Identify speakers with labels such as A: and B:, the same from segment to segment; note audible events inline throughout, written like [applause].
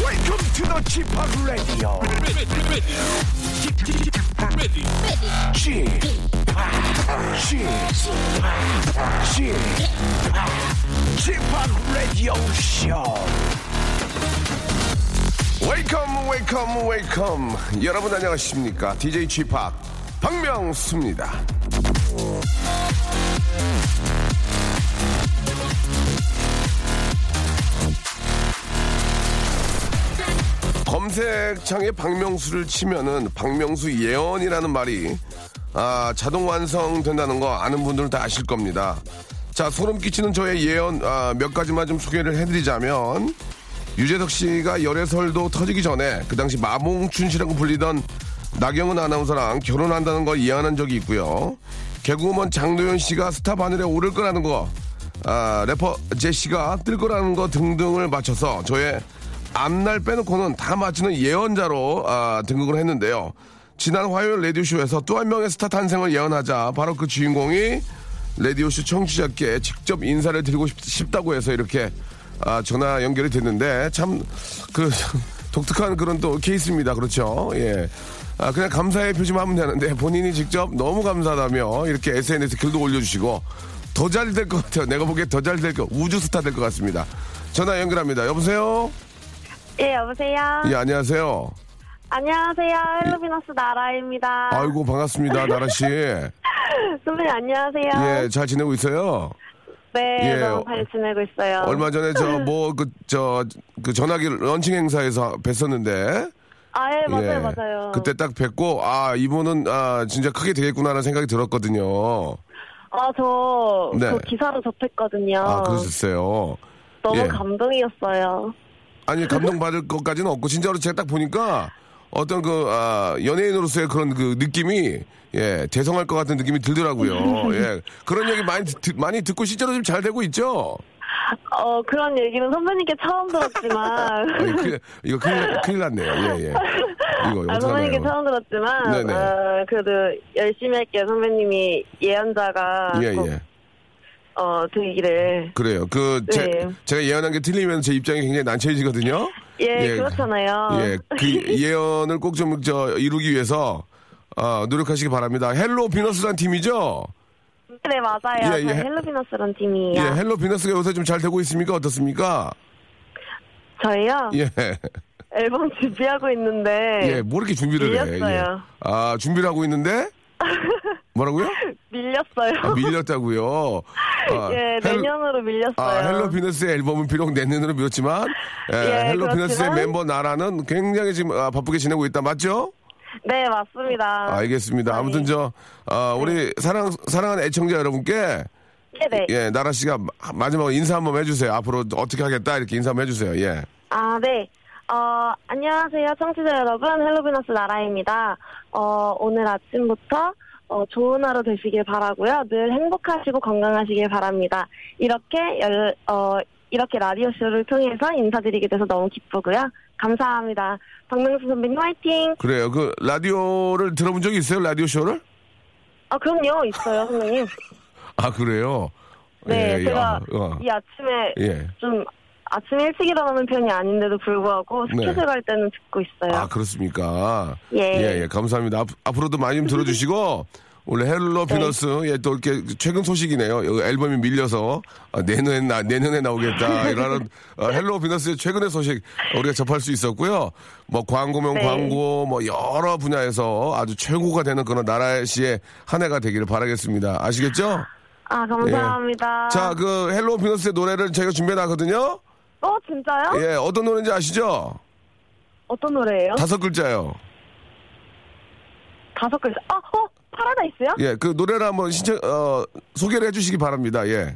A: Welcome to the Chip Radio. Chip Chip Radio Show.
B: 웨이컴 웨이컴 웨이컴 여러분 안녕하십니까 DJ g 팍 박명수입니다 검색창에 박명수를 치면은 박명수 예언이라는 말이 아, 자동 완성된다는 거 아는 분들은 다 아실 겁니다 자 소름 끼치는 저의 예언 아, 몇 가지만 좀 소개를 해드리자면 유재석 씨가 열애설도 터지기 전에 그 당시 마몽춘 씨라고 불리던 나경은 아나운서랑 결혼한다는 걸 예언한 적이 있고요. 개그우먼 장도연 씨가 스타 바늘에 오를 거라는 거, 아, 래퍼 제시가 뜰 거라는 거 등등을 맞춰서 저의 앞날 빼놓고는 다 맞히는 예언자로 아, 등극을 했는데요. 지난 화요일 라디오쇼에서 또 한 명의 스타 탄생을 예언하자 바로 그 주인공이 라디오쇼 청취자께 직접 인사를 드리고 싶, 싶다고 해서 이렇게 아, 전화 연결이 됐는데 참 그 [laughs] 독특한 그런 또 케이스입니다. 그렇죠? 예. 아, 그냥 감사의 표시만 하면 되는데 본인이 직접 너무 감사하다며 이렇게 SNS 글도 올려주시고 더 잘 될 것 같아요. 내가 보기에 더 잘 될 것, 우주 스타 될 것 같습니다. 전화 연결합니다. 여보세요?
C: 예, 여보세요.
B: 예, 안녕하세요.
C: 안녕하세요. 헬로비너스 나라입니다.
B: 아이고, 반갑습니다. 나라씨.
C: 선배님, 안녕하세요.
B: 예, 잘 지내고 있어요?
C: 네,
B: 예.
C: 너무 잘 지내고 있어요.
B: 얼마 전에
C: 음.
B: 저 뭐 그 저 그 전화기 런칭 행사에서 뵀었는데
C: 아, 예, 맞아요,
B: 예.
C: 맞아요.
B: 그때 딱 뵙고 아 이분은 아 진짜 크게 되겠구나라는 생각이 들었거든요.
C: 아, 저,
B: 네.
C: 그 기사로 접했거든요.
B: 아 그러셨어요.
C: 너무
B: 예.
C: 감동이었어요.
B: 아니 감동 받을 것까지는 없고 진짜로 제가 딱 보니까 어떤 그 아, 연예인으로서의 그런 그 느낌이 예 대성할 것 같은 느낌이 들더라고요. 예 그런 얘기 많이 듣- 듣- 많이 듣고 실제로 좀 잘 되고 있죠.
C: 어, 그런 얘기는 선배님께 처음
B: [laughs] 아,
C: 들었지만.
B: 이거 큰일, 이거 큰일, 큰일 났네요. 예 예. 이거
C: 아, 선배님께
B: 어떡하나요?
C: 처음 들었지만,
B: 네네.
C: 어, 그래도 열심히 할게요. 선배님이 예언자가
B: 예
C: 꼭,
B: 예.
C: 어, 되기를.
B: 그래요. 그, 제,
C: 네.
B: 제가 예언한 게 틀리면 제 입장이 굉장히 난처해지거든요.
C: 예, 그렇잖아요.
B: 예, 그
C: [laughs]
B: 예언을 꼭 좀, 저, 이루기 위해서, 어, 노력하시기 바랍니다. 헬로 비너스란 팀이죠?
C: 네, 맞아요.
B: 예,
C: 저희
B: 예.
C: 헬로비너스란 팀이에요.
B: 예, 헬로 비너스가 요새 좀 잘 되고 있습니까? 어떻습니까?
C: 저희요?
B: 예.
C: 앨범 준비하고 있는데
B: 예, 뭐 이렇게 준비를 해? 예.
C: 밀렸어요.
B: 아, 준비를 하고
C: [laughs]
B: 있는데? 뭐라고요?
C: 밀렸어요.
B: 아, 밀렸다고요. 아,
C: [laughs] 예,
B: 헬-
C: 내년으로 밀렸어요.
B: 아, 헬로 비너스의 앨범은 비록 내년으로 미뤘지만, 예,
C: 예,
B: 헬로 비너스의
C: 그렇지만-
B: 멤버 나라는 굉장히 지금 아, 바쁘게 지내고 있다. 맞죠?
C: 네, 맞습니다. 예.
B: 알겠습니다. 아무튼 저, 아, 우리 사랑, 사랑하는 애청자 여러분께,
C: 네, 네.
B: 예, 나라 씨가 마- 마지막으로 인사 한번 해주세요. 앞으로 어떻게 하겠다, 이렇게 인사 한번 해주세요. 예.
C: 아, 네. 어, 안녕하세요, 청취자 여러분. 헬로비너스 나라입니다. 어, 오늘 아침부터 어, 좋은 하루 되시길 바라고요. 늘 행복하시고 건강하시길 바랍니다. 이렇게 열, 어, 이렇게 라디오 쇼를 통해서 인사드리게 돼서 너무 기쁘고요. 감사합니다. 박명수 선배님 화이팅!
B: 그래요. 그, 라디오를 들어본 적이 있어요? 라디오 쇼를?
C: 아, 그럼요. 있어요, 선배님.
B: 아, 그래요?
C: 네,
B: [laughs] 예, 예,
C: 제가
B: 아, 어.
C: 이 아침에
B: 예.
C: 좀 아침 일찍 일어나는 편이 아닌데도 불구하고 스케줄
B: 네.
C: 갈 때는 듣고 있어요.
B: 아, 그렇습니까?
C: 예.
B: 예, 예, 감사합니다. 앞, 으로도 많이 좀 들어주시고, [laughs] 원래
C: 네.
B: 헬로 비너스, 예, 또 이렇게 최근 소식이네요. 여기 앨범이 밀려서, 아, 내년에, 나, 내년에
C: [laughs]
B: 나오겠다. 이런 어, 헬로 비너스의 최근의 소식 우리가 접할 수 있었고요. 뭐 광고면
C: 네.
B: 광고, 뭐 여러 분야에서 아주 최고가 되는 그런 나라의 시의 한 해가 되기를 바라겠습니다. 아시겠죠?
C: 아, 감사합니다.
B: 자, 그 헬로 비너스의 노래를 저희가 준비해 놨거든요.
C: 어, 진짜요?
B: 예, 어떤 노래인지 아시죠?
C: 어떤 노래예요?
B: 다섯 글자요.
C: 다... 섯 글자. 아, 어, 파라다이스요?
B: 예, 그 노래를 한번 신청, 어, 소개를 해주시기 바랍니다. 예.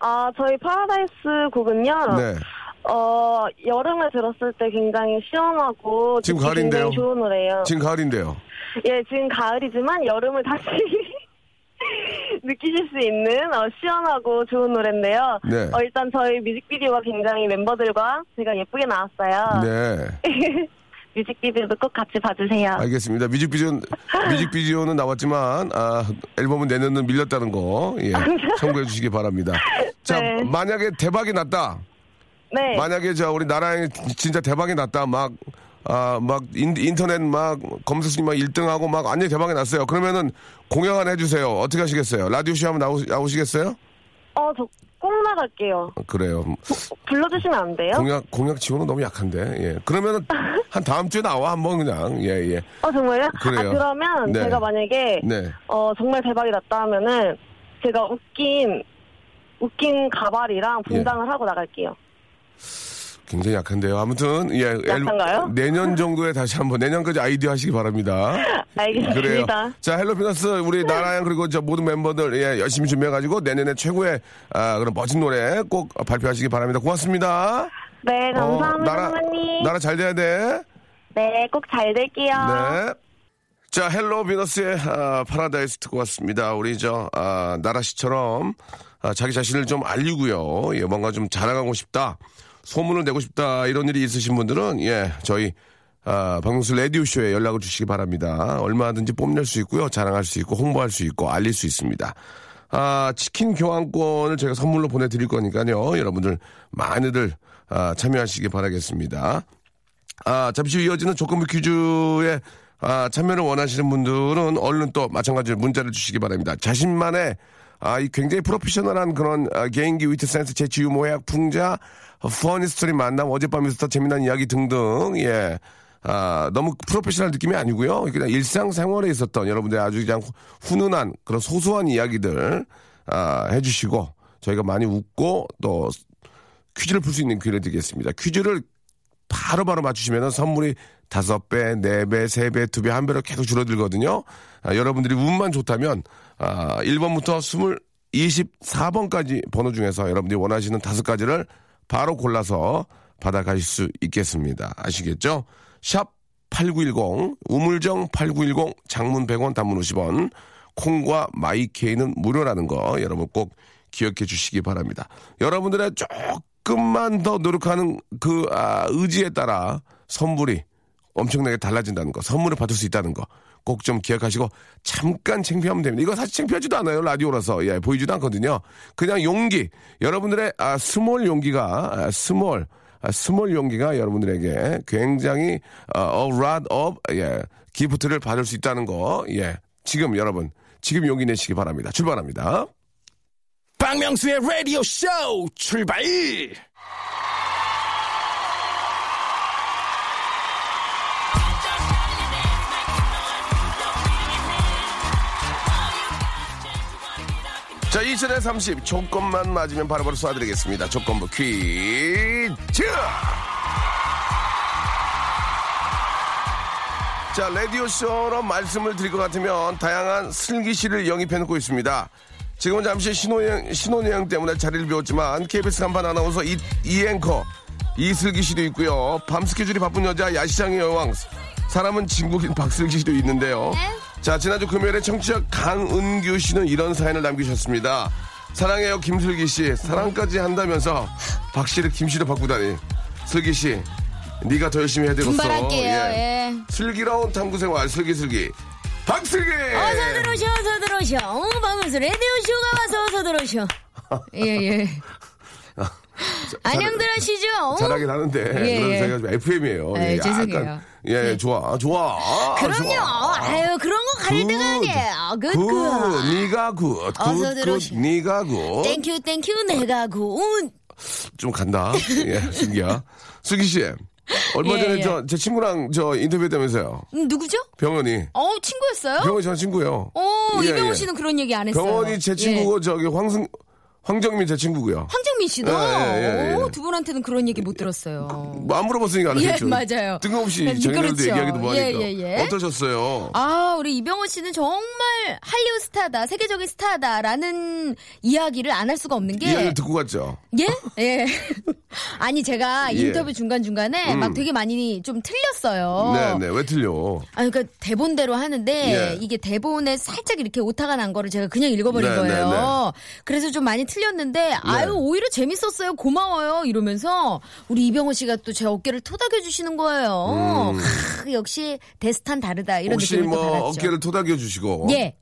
C: 아, 저희 파라다이스 곡은요.
B: 네.
C: 어, 여름에 들었을 때 굉장히 시원하고
B: 지금
C: 듣기
B: 가을인데요?
C: 굉장히 좋은 노래예요.
B: 지금 가을인데요.
C: 예, 지금 가을이지만 여름을 다시 [laughs] 느끼실 수 있는 어, 시원하고 좋은 노래인데요.
B: 네.
C: 어, 일단 저희 뮤직비디오가 굉장히 멤버들과 제가 예쁘게 나왔어요.
B: 네.
C: [laughs] 뮤직비디오도 꼭 같이 봐주세요.
B: 알겠습니다. 뮤직비디오, 뮤직비디오는 나왔지만, 아, 앨범은 내년은 밀렸다는 거, 예, 참고해 주시기 바랍니다. 자,
C: 네.
B: 만약에 대박이 났다.
C: 네.
B: 만약에 저 우리 나라에 진짜 대박이 났다. 막, 아, 막 인, 인터넷 막 검색순위 막 1등하고 막 완전 대박이 났어요. 그러면은 공연 하나 해주세요. 어떻게 하시겠어요? 라디오쇼 하면 나오, 나오시겠어요?
C: 어, 저 꼭 나갈게요.
B: 어, 그래요.
C: 불러주시면 안 돼요?
B: 공약, 공약 지원은 너무 약한데, 예.
C: [laughs]
B: 그러면은 한 다음 주에 나와, 한번 그냥. 예, 예.
C: 어, 정말요?
B: 그래요.
C: 아, 그러면
B: 네.
C: 제가 만약에
B: 네.
C: 어, 정말 대박이 났다 하면은 제가 웃긴 웃긴 가발이랑
B: 예.
C: 분장을 하고 나갈게요.
B: 굉장히 약한데요. 아무튼 예, 앨범-
C: 약한가요?
B: 내년 정도에 다시 한번 내년까지 아이디어 하시기
C: [laughs]
B: 바랍니다.
C: 알겠습니다. 네.
B: 그래요. 자, 헬로피너스 우리 나라양 그리고 저 모든 멤버들 예, 열심히 준비해가지고 내년에 최고의 아, 그런 멋진 노래 꼭 발표하시기 바랍니다. 고맙습니다.
C: 네, 감사합니다,
B: 어, 나라
C: 선배님.
B: 나라 잘 돼야 돼.
C: 네, 꼭 잘 될게요.
B: 네. 자, 헬로 비너스의 아, 파라다이스 듣고 왔습니다. 우리 저 아, 나라 씨처럼 아, 자기 자신을 좀 알리고요. 예, 뭔가 좀 자랑하고 싶다. 소문을 내고 싶다. 이런 일이 있으신 분들은 예, 저희 아, 박명수 라디오 쇼에 연락을 주시기 바랍니다. 얼마든지 뽐낼 수 있고요. 자랑할 수 있고 홍보할 수 있고 알릴 수 있습니다. 아, 치킨 교환권을 제가 선물로 보내 드릴 거니까요. 여러분들 많이들 아, 참여하시기 바라겠습니다. 아, 잠시 후 이어지는 조건부 퀴즈에 아, 참여를 원하시는 분들은 얼른 또 마찬가지로 문자를 주시기 바랍니다. 자신만의 아, 이 굉장히 프로페셔널한 그런 아, 개인기 위트 센스 재치 유모 해학 풍자 퍼니 스토리 만남 어젯밤 미스터 재미난 이야기 등등 예. 아, 너무 프로페셔널 느낌이 아니고요. 그냥 일상생활에 있었던 여러분들의 아주 그냥 후- 훈훈한 그런 소소한 이야기들 아, 해주시고 저희가 많이 웃고 또 퀴즈를 풀 수 있는 기회를 드리겠습니다. 퀴즈를 바로바로 맞추시면 선물이 다섯 배, 네 배, 세 배, 두 배, 한 배로 계속 줄어들거든요. 아, 여러분들이 운만 좋다면 아, 1번부터 20, 24번까지 번호 중에서 여러분들이 원하시는 다섯 가지를 바로 골라서 받아가실 수 있겠습니다. 아시겠죠? 샵 8910, 우물정 8910, 장문 100원, 단문 50원, 콩과 마이케이는 무료라는 거 여러분 꼭 기억해 주시기 바랍니다. 여러분들의 조금만 더 노력하는 그 아, 의지에 따라 선물이 엄청나게 달라진다는 거, 선물을 받을 수 있다는 거. 꼭 좀 기억하시고 잠깐 창피하면 됩니다. 이거 사실 창피하지도 않아요 라디오라서 예, 보이지도 않거든요. 그냥 용기 여러분들의 아, 스몰 용기가 아, 스몰 아, 스몰 용기가 여러분들에게 굉장히 어, a lot of 예, 기프트를 받을 수 있다는 거 예, 지금 여러분 지금 용기 내시기 바랍니다. 출발합니다.
A: 박명수의 라디오 쇼 출발!
B: 자, 20에 30 조건만 맞으면 바로바로 쏴드리겠습니다. 조건부 퀴즈! 자, 라디오쇼로 말씀을 드릴 것 같으면 다양한 슬기시를 영입해놓고 있습니다. 지금은 잠시 신혼여행, 신혼여행 때문에 자리를 비웠지만 KBS 간판 아나운서 이, 이 앵커 이슬기 씨도 있고요. 밤 스케줄이 바쁜 여자 야시장의 여왕 사람은 진국인 박슬기 씨도 있는데요.
D: 네.
B: 자, 지난주 금요일에 청취자 강은규 씨는 이런 사연을 남기셨습니다. 사랑해요 김슬기 씨. 사랑까지 한다면서 박 씨를 김 씨로 바꾸다니. 슬기 씨, 네가 더 열심히 해야 되겠어.
D: 분발할게요.
B: 예.
D: 예.
B: 슬기로운 탐구생활 슬기슬기 박슬기
D: 어서 들어오셔, 어서 들어오셔. 어, 박명수 라디오쇼가 와서 어서 들어오셔.
B: [laughs]
D: 예, 예. 안녕들 하시죠? 어?
B: 아, 잘하긴 하는데
D: 예,
B: 그런
D: 예.
B: 저희가 좀 FM이에요.
D: 예, 죄송해요. 네.
B: 예, 좋아, 좋아. 아,
D: 그럼요.
B: 좋아.
D: 아유, 그런 거 가릴 때가 아니에요. 굿,
B: 굿,
D: 굿.
B: 니가 굿,
D: 어서
B: 굿, 굿,
D: 들어오시오.
B: 니가 굿.
D: 땡큐, 땡큐, 내가 굿.
B: 좀 간다. 예, 슬기야. 슬기 씨, 얼마
D: 예,
B: 전에
D: 예.
B: 저, 제 친구랑 저 인터뷰했다면서요.
D: 음, 누구죠?
B: 병원이.
D: 어, 친구였어요?
B: 병원이 저 친구예요.
D: 어,
B: 예,
D: 이병호
B: 예.
D: 씨는 그런 얘기 안 했어요. 예.
B: 병원이 제 친구고 저기 황승, 황정민 제 친구고요.
D: 황정민 유시민 씨도
B: 예, 예, 예.
D: 오, 두 분한테는 그런 얘기 못 들었어요.
B: 뭐 안 물어봤으니까 안
D: 예,
B: 했겠죠.
D: 맞아요. 네,
B: 뜬금없이 저희들도
D: 미끄럽죠.
B: 얘기하기도 뭐하니까.
D: 예, 예, 예.
B: 어떠셨어요?
D: 아, 우리 이병호 씨는 정말 한류 스타다, 세계적인 스타다라는 이야기를 안 할 수가 없는 게
B: 이야기를 듣고 갔죠.
D: 예? 예. [laughs] 아니 제가
B: 예. 음.
D: 인터뷰 중간 중간에 막 되게 많이 좀 틀렸어요.
B: 네네 왜 틀려?
D: 아, 그러니까 대본대로 하는데
B: 예.
D: 이게 대본에 살짝 이렇게 오타가 난 거를 제가 그냥 읽어버린
B: 네,
D: 거예요.
B: 네, 네.
D: 그래서 좀 많이 틀렸는데 아유 오히려 재밌었어요. 고마워요 이러면서 우리 이병호 씨가 또 제 어깨를 토닥여 주시는 거예요. 하, 역시 데스탄 다르다
B: 음.
D: 이런
B: 혹시
D: 느낌을
B: 뭐
D: 또 받았죠.
B: 어깨를 토닥여 주시고
D: 예.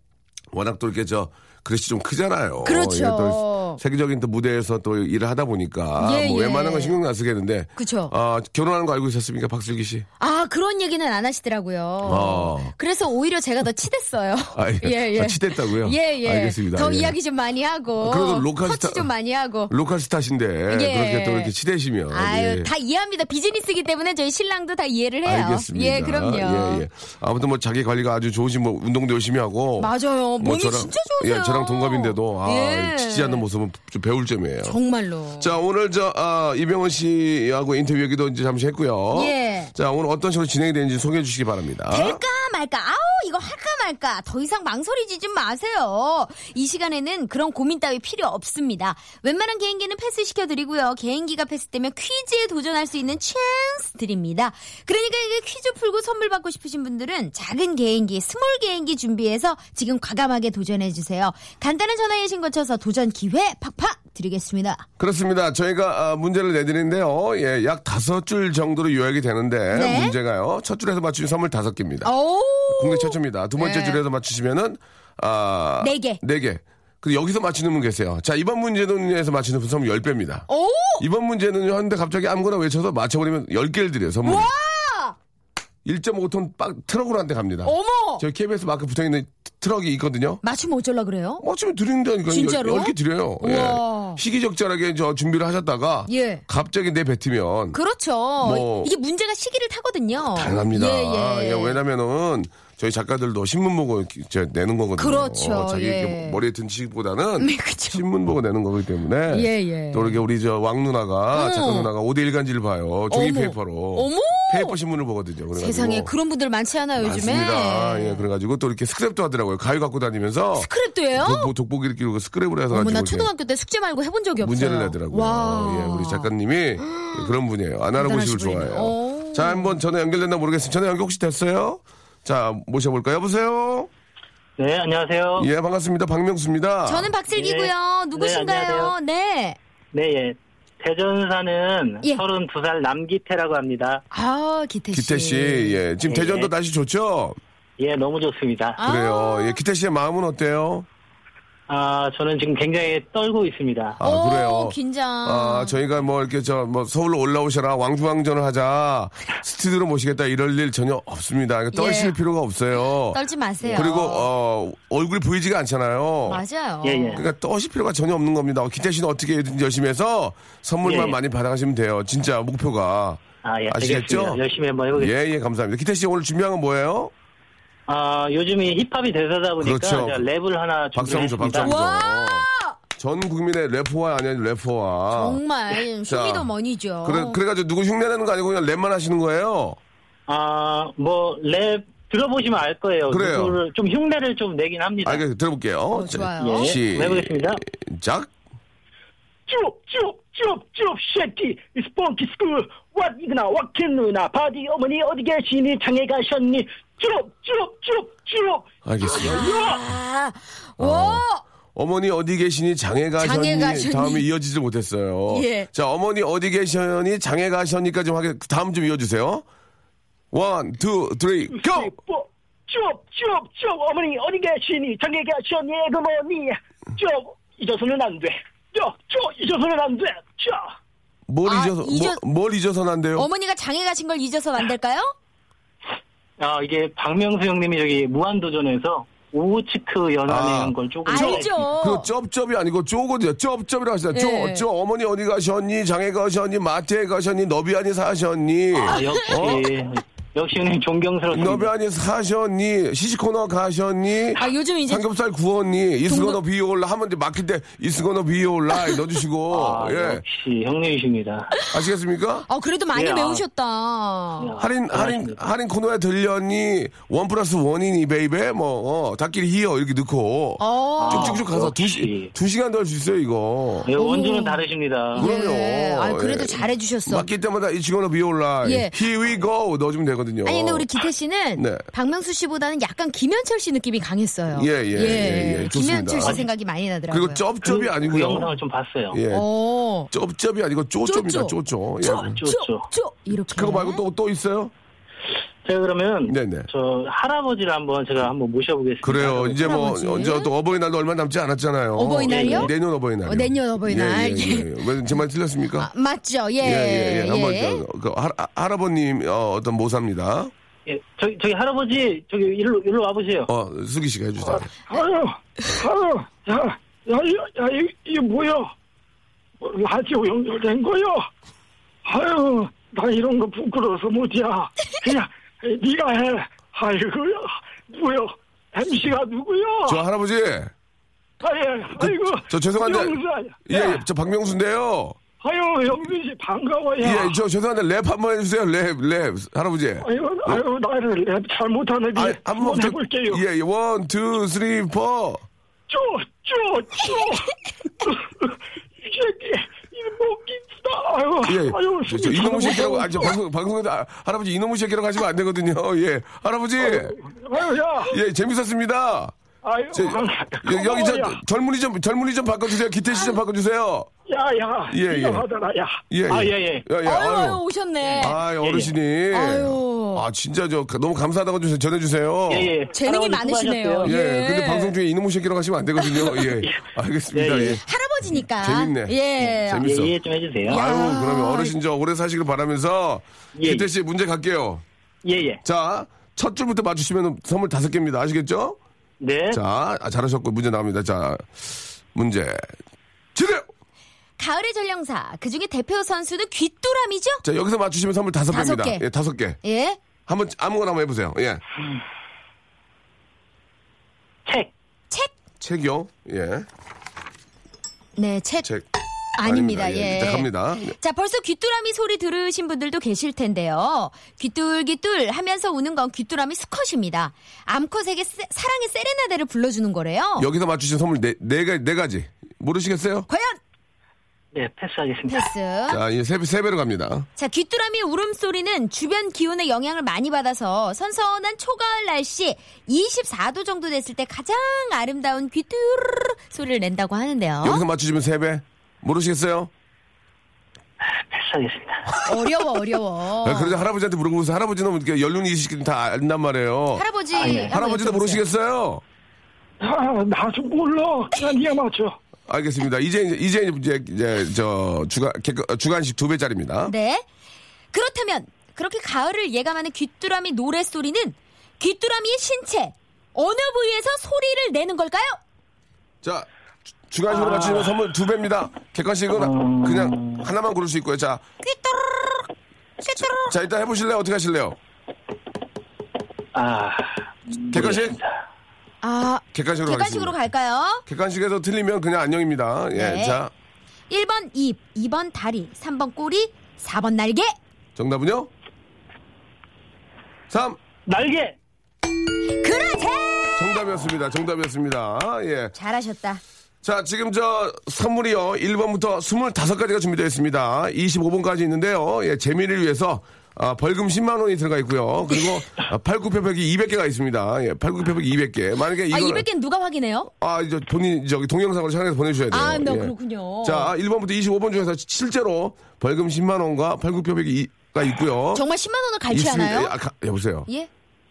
B: 워낙 또 이렇게 저 그릇이 좀 크잖아요.
D: 그렇죠.
B: 예, 또 세계적인 또 무대에서 또 일을 하다 보니까
D: 예,
B: 뭐
D: 예.
B: 웬만한 건 신경 안 쓰겠는데.
D: 그쵸.
B: 아, 결혼하는 거 알고 있었습니까, 박슬기 씨?
D: 아 그런 얘기는 안 하시더라고요.
B: 어.
D: 그래서 오히려 제가 더 치댔어요.
B: 아,
D: [laughs]
B: 예. 아, 치댔다고요?
D: 예, 예.
B: 알겠습니다.
D: 더
B: 예. 아,
D: 이야기 좀 많이 하고
B: 그래도 로컬
D: 터치
B: 스타-
D: 좀 많이 하고.
B: 로컬 스타신데 그렇게 또 이렇게 치대시면.
D: 어. 예. 아유
B: 예.
D: 다 이해합니다. 비즈니스이기 때문에 저희 신랑도 다 이해를 해요.
B: 알겠습니다.
D: 예, 그럼요.
B: 예, 예. 아무튼 뭐 자기 관리가 아주 좋으신 뭐 운동도 열심히 하고.
D: 맞아요. 어, 몸이 진짜 좋으세요.
B: 예, 저랑 동갑인데도 아,
D: 예.
B: 지지 않는 모습은 좀 배울 점이에요.
D: 정말로.
B: 자, 오늘 저 아, 이병헌 씨하고 인터뷰 얘기도 이제 잠시 했고요.
D: 예.
B: 자, 오늘 어떤 식으로 진행이 되는지 소개해 주시기 바랍니다.
D: 될까 말까 아우 이거 할까 말까 더 이상 망설이지 좀 마세요 이 시간에는 그런 고민 따위 필요 없습니다 웬만한 개인기는 패스시켜드리고요 개인기가 패스되면 퀴즈에 도전할 수 있는 찬스 드립니다 그러니까 이게 퀴즈 풀고 선물 받고 싶으신 분들은 작은 개인기 스몰 개인기 준비해서 지금 과감하게 도전해주세요 간단한 전화 예신 거쳐서 도전 기회 팍팍 드리겠습니다
B: 그렇습니다. 저희가 아, 문제를 내드리는데요. 예, 약 다섯 줄 정도로 요약이 되는데
D: 네.
B: 문제가요. 첫 줄에서 맞추면 선물 다섯 개입니다.
D: 오
B: 국내 최초입니다. 두 번째
D: 네.
B: 줄에서 맞추시면은 아,
D: 네 개.
B: 네 개. 그 여기서 맞히는 분 계세요. 자, 이번 문제는에서 맞히는 분 선물 10배입니다.
D: 오!
B: 이번 문제는요. 하는데 갑자기 아무거나 외쳐서 맞춰버리면 10개를 드려요, 선물. 와! 1.5톤 빡 트럭으로 한 대 갑니다.
D: 어머
B: 저희 KBS 마크 붙어 있는 트럭이 있거든요.
D: 맞추면 어쩌려 그래요?
B: 맞추면 드린다니까
D: 진짜로?
B: 10개 드려요.
D: 우와.
B: 예. 시기적절하게 저 준비를 하셨다가
D: 예.
B: 갑자기 내 뱉으면
D: 그렇죠.
B: 뭐-
D: 이게 문제가 시기를 타거든요.
B: 당연합니다.
D: 예, 예.
B: 예, 왜냐면은 저희 작가들도 신문 보고 이렇게 저 내는 거거든요.
D: 그렇죠,
B: 자기
D: 예.
B: 이렇게 머리에 든 지식보다는
D: 네, 그쵸.
B: 신문 보고 내는 거기 때문에
D: 예, 예.
B: 또 이렇게 우리 저 왕 누나가
D: 어.
B: 작가 누나가 5대 일간지를 봐요. 종이
D: 어머.
B: 페이퍼로.
D: 어머!
B: 페이퍼 신문을 보거든요. 그래가지고
D: 세상에 그런 분들 많지 않아요, 요즘에.
B: 맞습니다. 예, 그래가지고 또 이렇게 스크랩도 하더라고요. 가위 갖고 다니면서
D: 스크랩도예요?
B: 독보, 독보기를 끼고 그 스크랩을 해서
D: 어머나
B: 가지고 이렇게
D: 초등학교 때 숙제 말고 해본 적이 없어요.
B: 문제를 내더라고요.
D: 와.
B: 예, 우리 작가님이 그런 분이에요. 아날로그식을
D: 대단하신 분이네. 어.
B: 좋아해요.
D: 오.
B: 자, 한번 전화 연결됐나 모르겠습니다. 전화 연결 혹시 됐어요? 자, 모셔볼까요? 여보세요?
E: 네, 안녕하세요.
B: 예, 반갑습니다. 박명수입니다.
D: 저는 박슬기고요.
E: 예. 네,
D: 누구신가요?
E: 안녕하세요.
D: 네.
E: 네, 예. 대전 사는
D: 예.
E: 32살 남기태라고 합니다.
D: 아, 기태 씨.
B: 기태 씨, 예. 지금
E: 예.
B: 대전도 날씨 좋죠?
E: 예, 너무 좋습니다.
D: 아.
B: 그래요. 예, 기태 씨의 마음은 어때요?
E: 아, 저는 지금 굉장히 떨고 있습니다.
B: 아,
D: 오,
B: 그래요.
D: 긴장.
B: 아, 저희가 뭐 이렇게 저 뭐 서울로 올라오셔라 왕중왕전을 하자 스튜디오로 모시겠다 이럴 일 전혀 없습니다. 그러니까 떨실
D: 예.
B: 필요가 없어요.
D: 떨지 마세요.
B: 그리고 어 얼굴이 보이지가 않잖아요.
D: 맞아요.
E: 예, 예.
B: 그러니까 떠실 필요가 전혀 없는 겁니다. 어, 기태 씨는 어떻게든 열심히 해서 선물만
E: 예.
B: 많이 받아가시면 돼요. 진짜 목표가.
E: 아, 예.
B: 아시겠죠?
E: 알겠습니다. 열심히 한번 해보겠습니다.
B: 예, 예, 감사합니다. 기태 씨 오늘 준비한 건 뭐예요?
E: 아, 요즘이 힙합이 대세다 보니까
B: 그렇죠.
E: 제가 랩을 하나
B: 박상조,
E: 준비했습니다.
B: 박상조.
D: 와!
B: 전 국민의 래퍼와 아니 래퍼와.
D: 정말
B: 자,
D: 쇼미더머니죠.
B: 그래, 그래가지고 누구 흉내내는 거 아니고 그냥 랩만 하시는 거예요?
E: 아, 뭐 랩 들어보시면 알 거예요.
B: 그래요.
E: 누구를- 좀 흉내를 좀 내긴 합니다.
B: 알겠습니다. 아, 들어볼게요. 자,
D: 좋아요.
E: 예,
B: 시-
E: 해보겠습니다.
B: 작.
E: 쭈룩 쭈룩 쭈룩 쭈룩 쉐키 스폰키 스쿨 왓이구나 왓킨 누나 바디 어머니 어디 계시니 장에 가셨니 쭈룩 쭈룩 쭈룩 쭈룩
B: 알겠습니다.
D: 아, 오!
B: 어머니 어디 계시니 장애
D: 장애
B: 가셨니
D: 가셨니?
B: 다음에 이어지질 못했어요.
D: 예.
B: 자 어머니 어디 계셨니 장애 가셨니까지 하게 다음 좀 이어주세요. 원, 투, 쓰리, 고!
E: 네, 쭈쭈쭈 어머니 어디 계시니 장에 가셨니 어머니 쭈 잊어서는 안돼쭈쭈 잊어서는 안돼쭈
B: 뭘
D: 아,
B: 잊어서
D: 잊어-
B: 뭐- 뭘 잊어서는 안 돼요?
D: 어머니가 장애 가신 걸 잊어서 안 될까요?
E: 아, 이게 박명수 형님이 저기 무한도전에서 오우치크 연안에
B: 아,
E: 걸 조금
D: 알죠.
B: 그 쩝쩝이 아니고 쪼거든요. 쩝쩝이라고 하시잖아요. 쪼,
D: 예.
B: 쪼, 어머니 어디 가셨니? 장애 가셨니? 마트에 가셨니? 너비안이 사셨니?
E: 아, 역시
B: 어?
F: 아, 역시 은행 존경스럽습니다.
B: 너변이 사셨니? 시시코너 가셨니?
D: 아, 요즘 이제-
B: 삼겹살 구웠니? 이스거너 비올라 하면 이제 막힐 때 이스거너 비올라 넣어주시고
F: 아,
B: 예
F: 역시 형님이십니다.
B: 아시겠습니까?
D: 어, 그래도 많이
F: 예, 아.
D: 배우셨다.
B: [laughs] 할인 할인
F: 고맙습니다.
B: 할인 코너에 들렸니? 원 플러스 원이니 베이베 뭐 어, 닭끼리 히어 이렇게 넣고
D: 어.
B: 아, 쭉쭉쭉 가서 두, 시,
F: 역시.
B: 두 시간 더 할 수 있어요 이거.
F: 예, 원주는 다르십니다.
B: 그럼요.
D: 예. 아, 그래도
B: 예.
D: 잘해주셨어.
B: 맡길 때마다 이스거너 비올라
D: 예.
B: here we go 넣어주면 되거든요.
D: 아니 근데 우리 기태 씨는
B: 네.
D: 박명수 씨보다는 약간 김현철 씨 느낌이 강했어요.
B: 예, 예, 예, 예.
D: 김현철
B: 좋습니다.
D: 씨 생각이 많이 나더라고요.
B: 그리고 쩝쩝이
F: 그- 그
B: 아니고요.
F: 영상을 좀 봤어요.
B: 예.
D: 오.
B: 쩝쩝이 아니고 쪼쪼입니다. 쪼쪼.
D: 쪼쪼.
B: 예.
F: 좋죠.
D: 쪼 이렇게.
B: 그거 말고 또 또 있어요?
F: 제가 그러면
B: 네네.
F: 저 할아버지를 한번 제가 한번 모셔보겠습니다.
B: 그래요. 이제 뭐
D: 할아버지.
B: 언제 또 어버이날도 얼마 남지 않았잖아요. 예,
D: 어버이날이요?
B: 내년 어버이날.
D: 어, 내년 어버이날.
B: 예, 예, 예. 왜제 말 틀렸습니까?
D: 아, 맞죠. 예.
B: 예, 예, 예. 한번 저, 그 할, 할아버님 어, 어떤 모사입니다.
F: 예, 저기 저기 할아버지 저기 일로 일로 와보세요.
B: 어, 수기 씨가 해주세요.
F: 아유, 아유, 야, 야, 이- 야, 이, 이게 뭐야? 어, 라디오 연결된 거야? 아유, 나 이런 거 부끄러워서 못이야. 그냥 네가 해. 아이고야, 뭐야? MC가 누구야?
B: 저 할아버지.
F: 아유, 아이고.
B: 그, 저 죄송한데.
F: 영수,
B: 예, 예, 저 박명수인데요.
F: 아유, 영준 씨 반가워요.
B: 예, 저 죄송한데 랩 한번 해주세요. 랩, 랩, 할아버지.
F: 아유, 아유, 나를 잘못하는
B: 아,
F: 게 어, 네. 한번
B: 저-
F: 해볼게요.
B: 예, 예, 원, 투, 쓰리, 포.
F: 쪼쪼쪼 이 새끼 이목기다
B: 예,
F: 아유 아유
B: 예, 저 이놈의 새끼라고, 아, 저 방송, 방송에서 아, 할아버지 이놈의 새끼라고 하시면 안 되거든요. 예, 할아버지.
F: 아유야
B: 예, 재밌었습니다.
F: 아유 어,
B: 저, 여- 여기 저 젊은이 좀, 젊은이 좀 바꿔주세요. 기태 씨 좀 바꿔주세요.
F: 야야
B: 예, 예.
F: 하더라
B: 예, 예.
F: 야아예예 예,
B: 예, 예,
D: 아유, 아유
B: 아유.
D: 오셨네.
B: 아, 어르신이.
D: 아유.
B: 아, 진짜 저 너무 감사하다고 좀
F: 예,
B: 전해주세요.
D: 재능이 많으시네요.
B: 예,
D: 예.
B: 근데 방송 중에 이놈의 새끼라고 하시면 안 되거든요.
F: [laughs]
B: 예. 알겠습니다.
F: 예,
B: 예.
F: 예.
D: 할아버지니까.
B: 재밌네. 음,
D: 예.
B: 재밌- 있어.
F: 예예 좀 해주세요
B: 아유, 그러면 어르신 저 오래 사시길 바라면서
F: 예,
B: 기태 씨 문제 갈게요.
F: 예예
B: 자, 첫 줄부터 맞추시면 선물 다섯 개입니다. 아시겠죠?
F: 네
B: 자, 아, 잘하셨고 문제 나갑니다. 자, 문제 주세요.
D: 가을의 전령사. 그 중에 대표 선수는 귀뚜라미죠?
B: 자, 여기서 맞추시면 선물 다섯
D: 다섯
B: 개입니다.
D: 개.
B: 예, 다섯 개.
D: 예.
B: 한번 아무거나 한번 해보세요. 예,
F: 책
D: 책.
B: 책이요. 예,
D: 네, 책.
B: 책.
D: 아닙니다. 예.
B: 자, 갑니다. 예.
D: 자, 벌써 귀뚜라미 소리 들으신 분들도 계실 텐데요. 귀뚤귀뚤 하면서 우는 건 귀뚜라미 수컷입니다. 암컷에게 세- 사랑의 세레나데를 불러주는 거래요.
B: 여기서 맞추신 선물 네, 네, 가- 네 가지. 모르시겠어요?
D: 과연
F: 네 패스하겠습니다
D: 패스.
B: 자, 이제 세, 세 배로 갑니다.
D: 자, 귀뚜라미 울음소리는 주변 기온의 영향을 많이 받아서 선선한 초가을 날씨 24도 정도 됐을 때 가장 아름다운 귀뚜르 소리를 낸다고 하는데요.
B: 여기서 맞추시면 세 배. 모르시겠어요?
F: 패스하겠습니다
D: 어려워, 어려워.
B: 아, 그러자 할아버지한테 물어보세요. 할아버지는 이렇게 연륜이 있으시긴 다 안단 말이에요.
D: 할아버지. 한번
B: 할아버지도
D: 여쭤보세요.
B: 모르시겠어요?
F: 아나도 몰라 그냥 니가 맞춰
B: 알겠습니다. 이제 이제 이제 이제 저 주간 객- 주간식 두 배짜리입니다.
D: 네. 그렇다면 그렇게 가을을 예감하는 귀뚜라미 노래 소리는 귀뚜라미의 신체 어느 부위에서 소리를 내는 걸까요?
B: 자 주- 주간식으로 맞추시면 선물 두 배입니다. 객관식은 그냥 하나만 고를 수 있고요. 자, 자 일단 해보실래요? 어떻게 하실래요?
F: 아
B: 객관식
D: 아,
B: 객관식으로 가겠습니다.
D: 객관식으로 갈까요?
B: 객관식에서 틀리면 그냥 안녕입니다. 예,
D: 네.
B: 자
D: 1번 입, 2번 다리, 3번 꼬리, 4번 날개.
B: 정답은요? 3
F: 날개
D: 그라제!
B: 정답이었습니다. 정답이었습니다. 예.
D: 잘하셨다.
B: 자, 지금 저 선물이요. 1번부터 25가지가 준비되어 있습니다. 25번까지 있는데요. 예, 재미를 위해서 아, 벌금 10만 원이 들어가 있고요.
D: [laughs]
B: 그리고 아, 팔굽혀펴기 200개가 있습니다. 예, 팔굽혀펴기 200개. 만약에 이거
D: 아, 200개는 누가 확인해요?
B: 아, 이제 본인 저기 동영상으로 촬영해서 보내주셔야 돼요.
D: 아, 네,
B: 예.
D: 그렇군요.
B: 자, 1번부터 25번 중에서 실제로 벌금 10만 원과 팔굽혀펴기가 있고요.
D: 정말 10만 원을
B: 있습니다.
D: 갈취하나요?
B: 아, 가- 여보세요.
D: 예?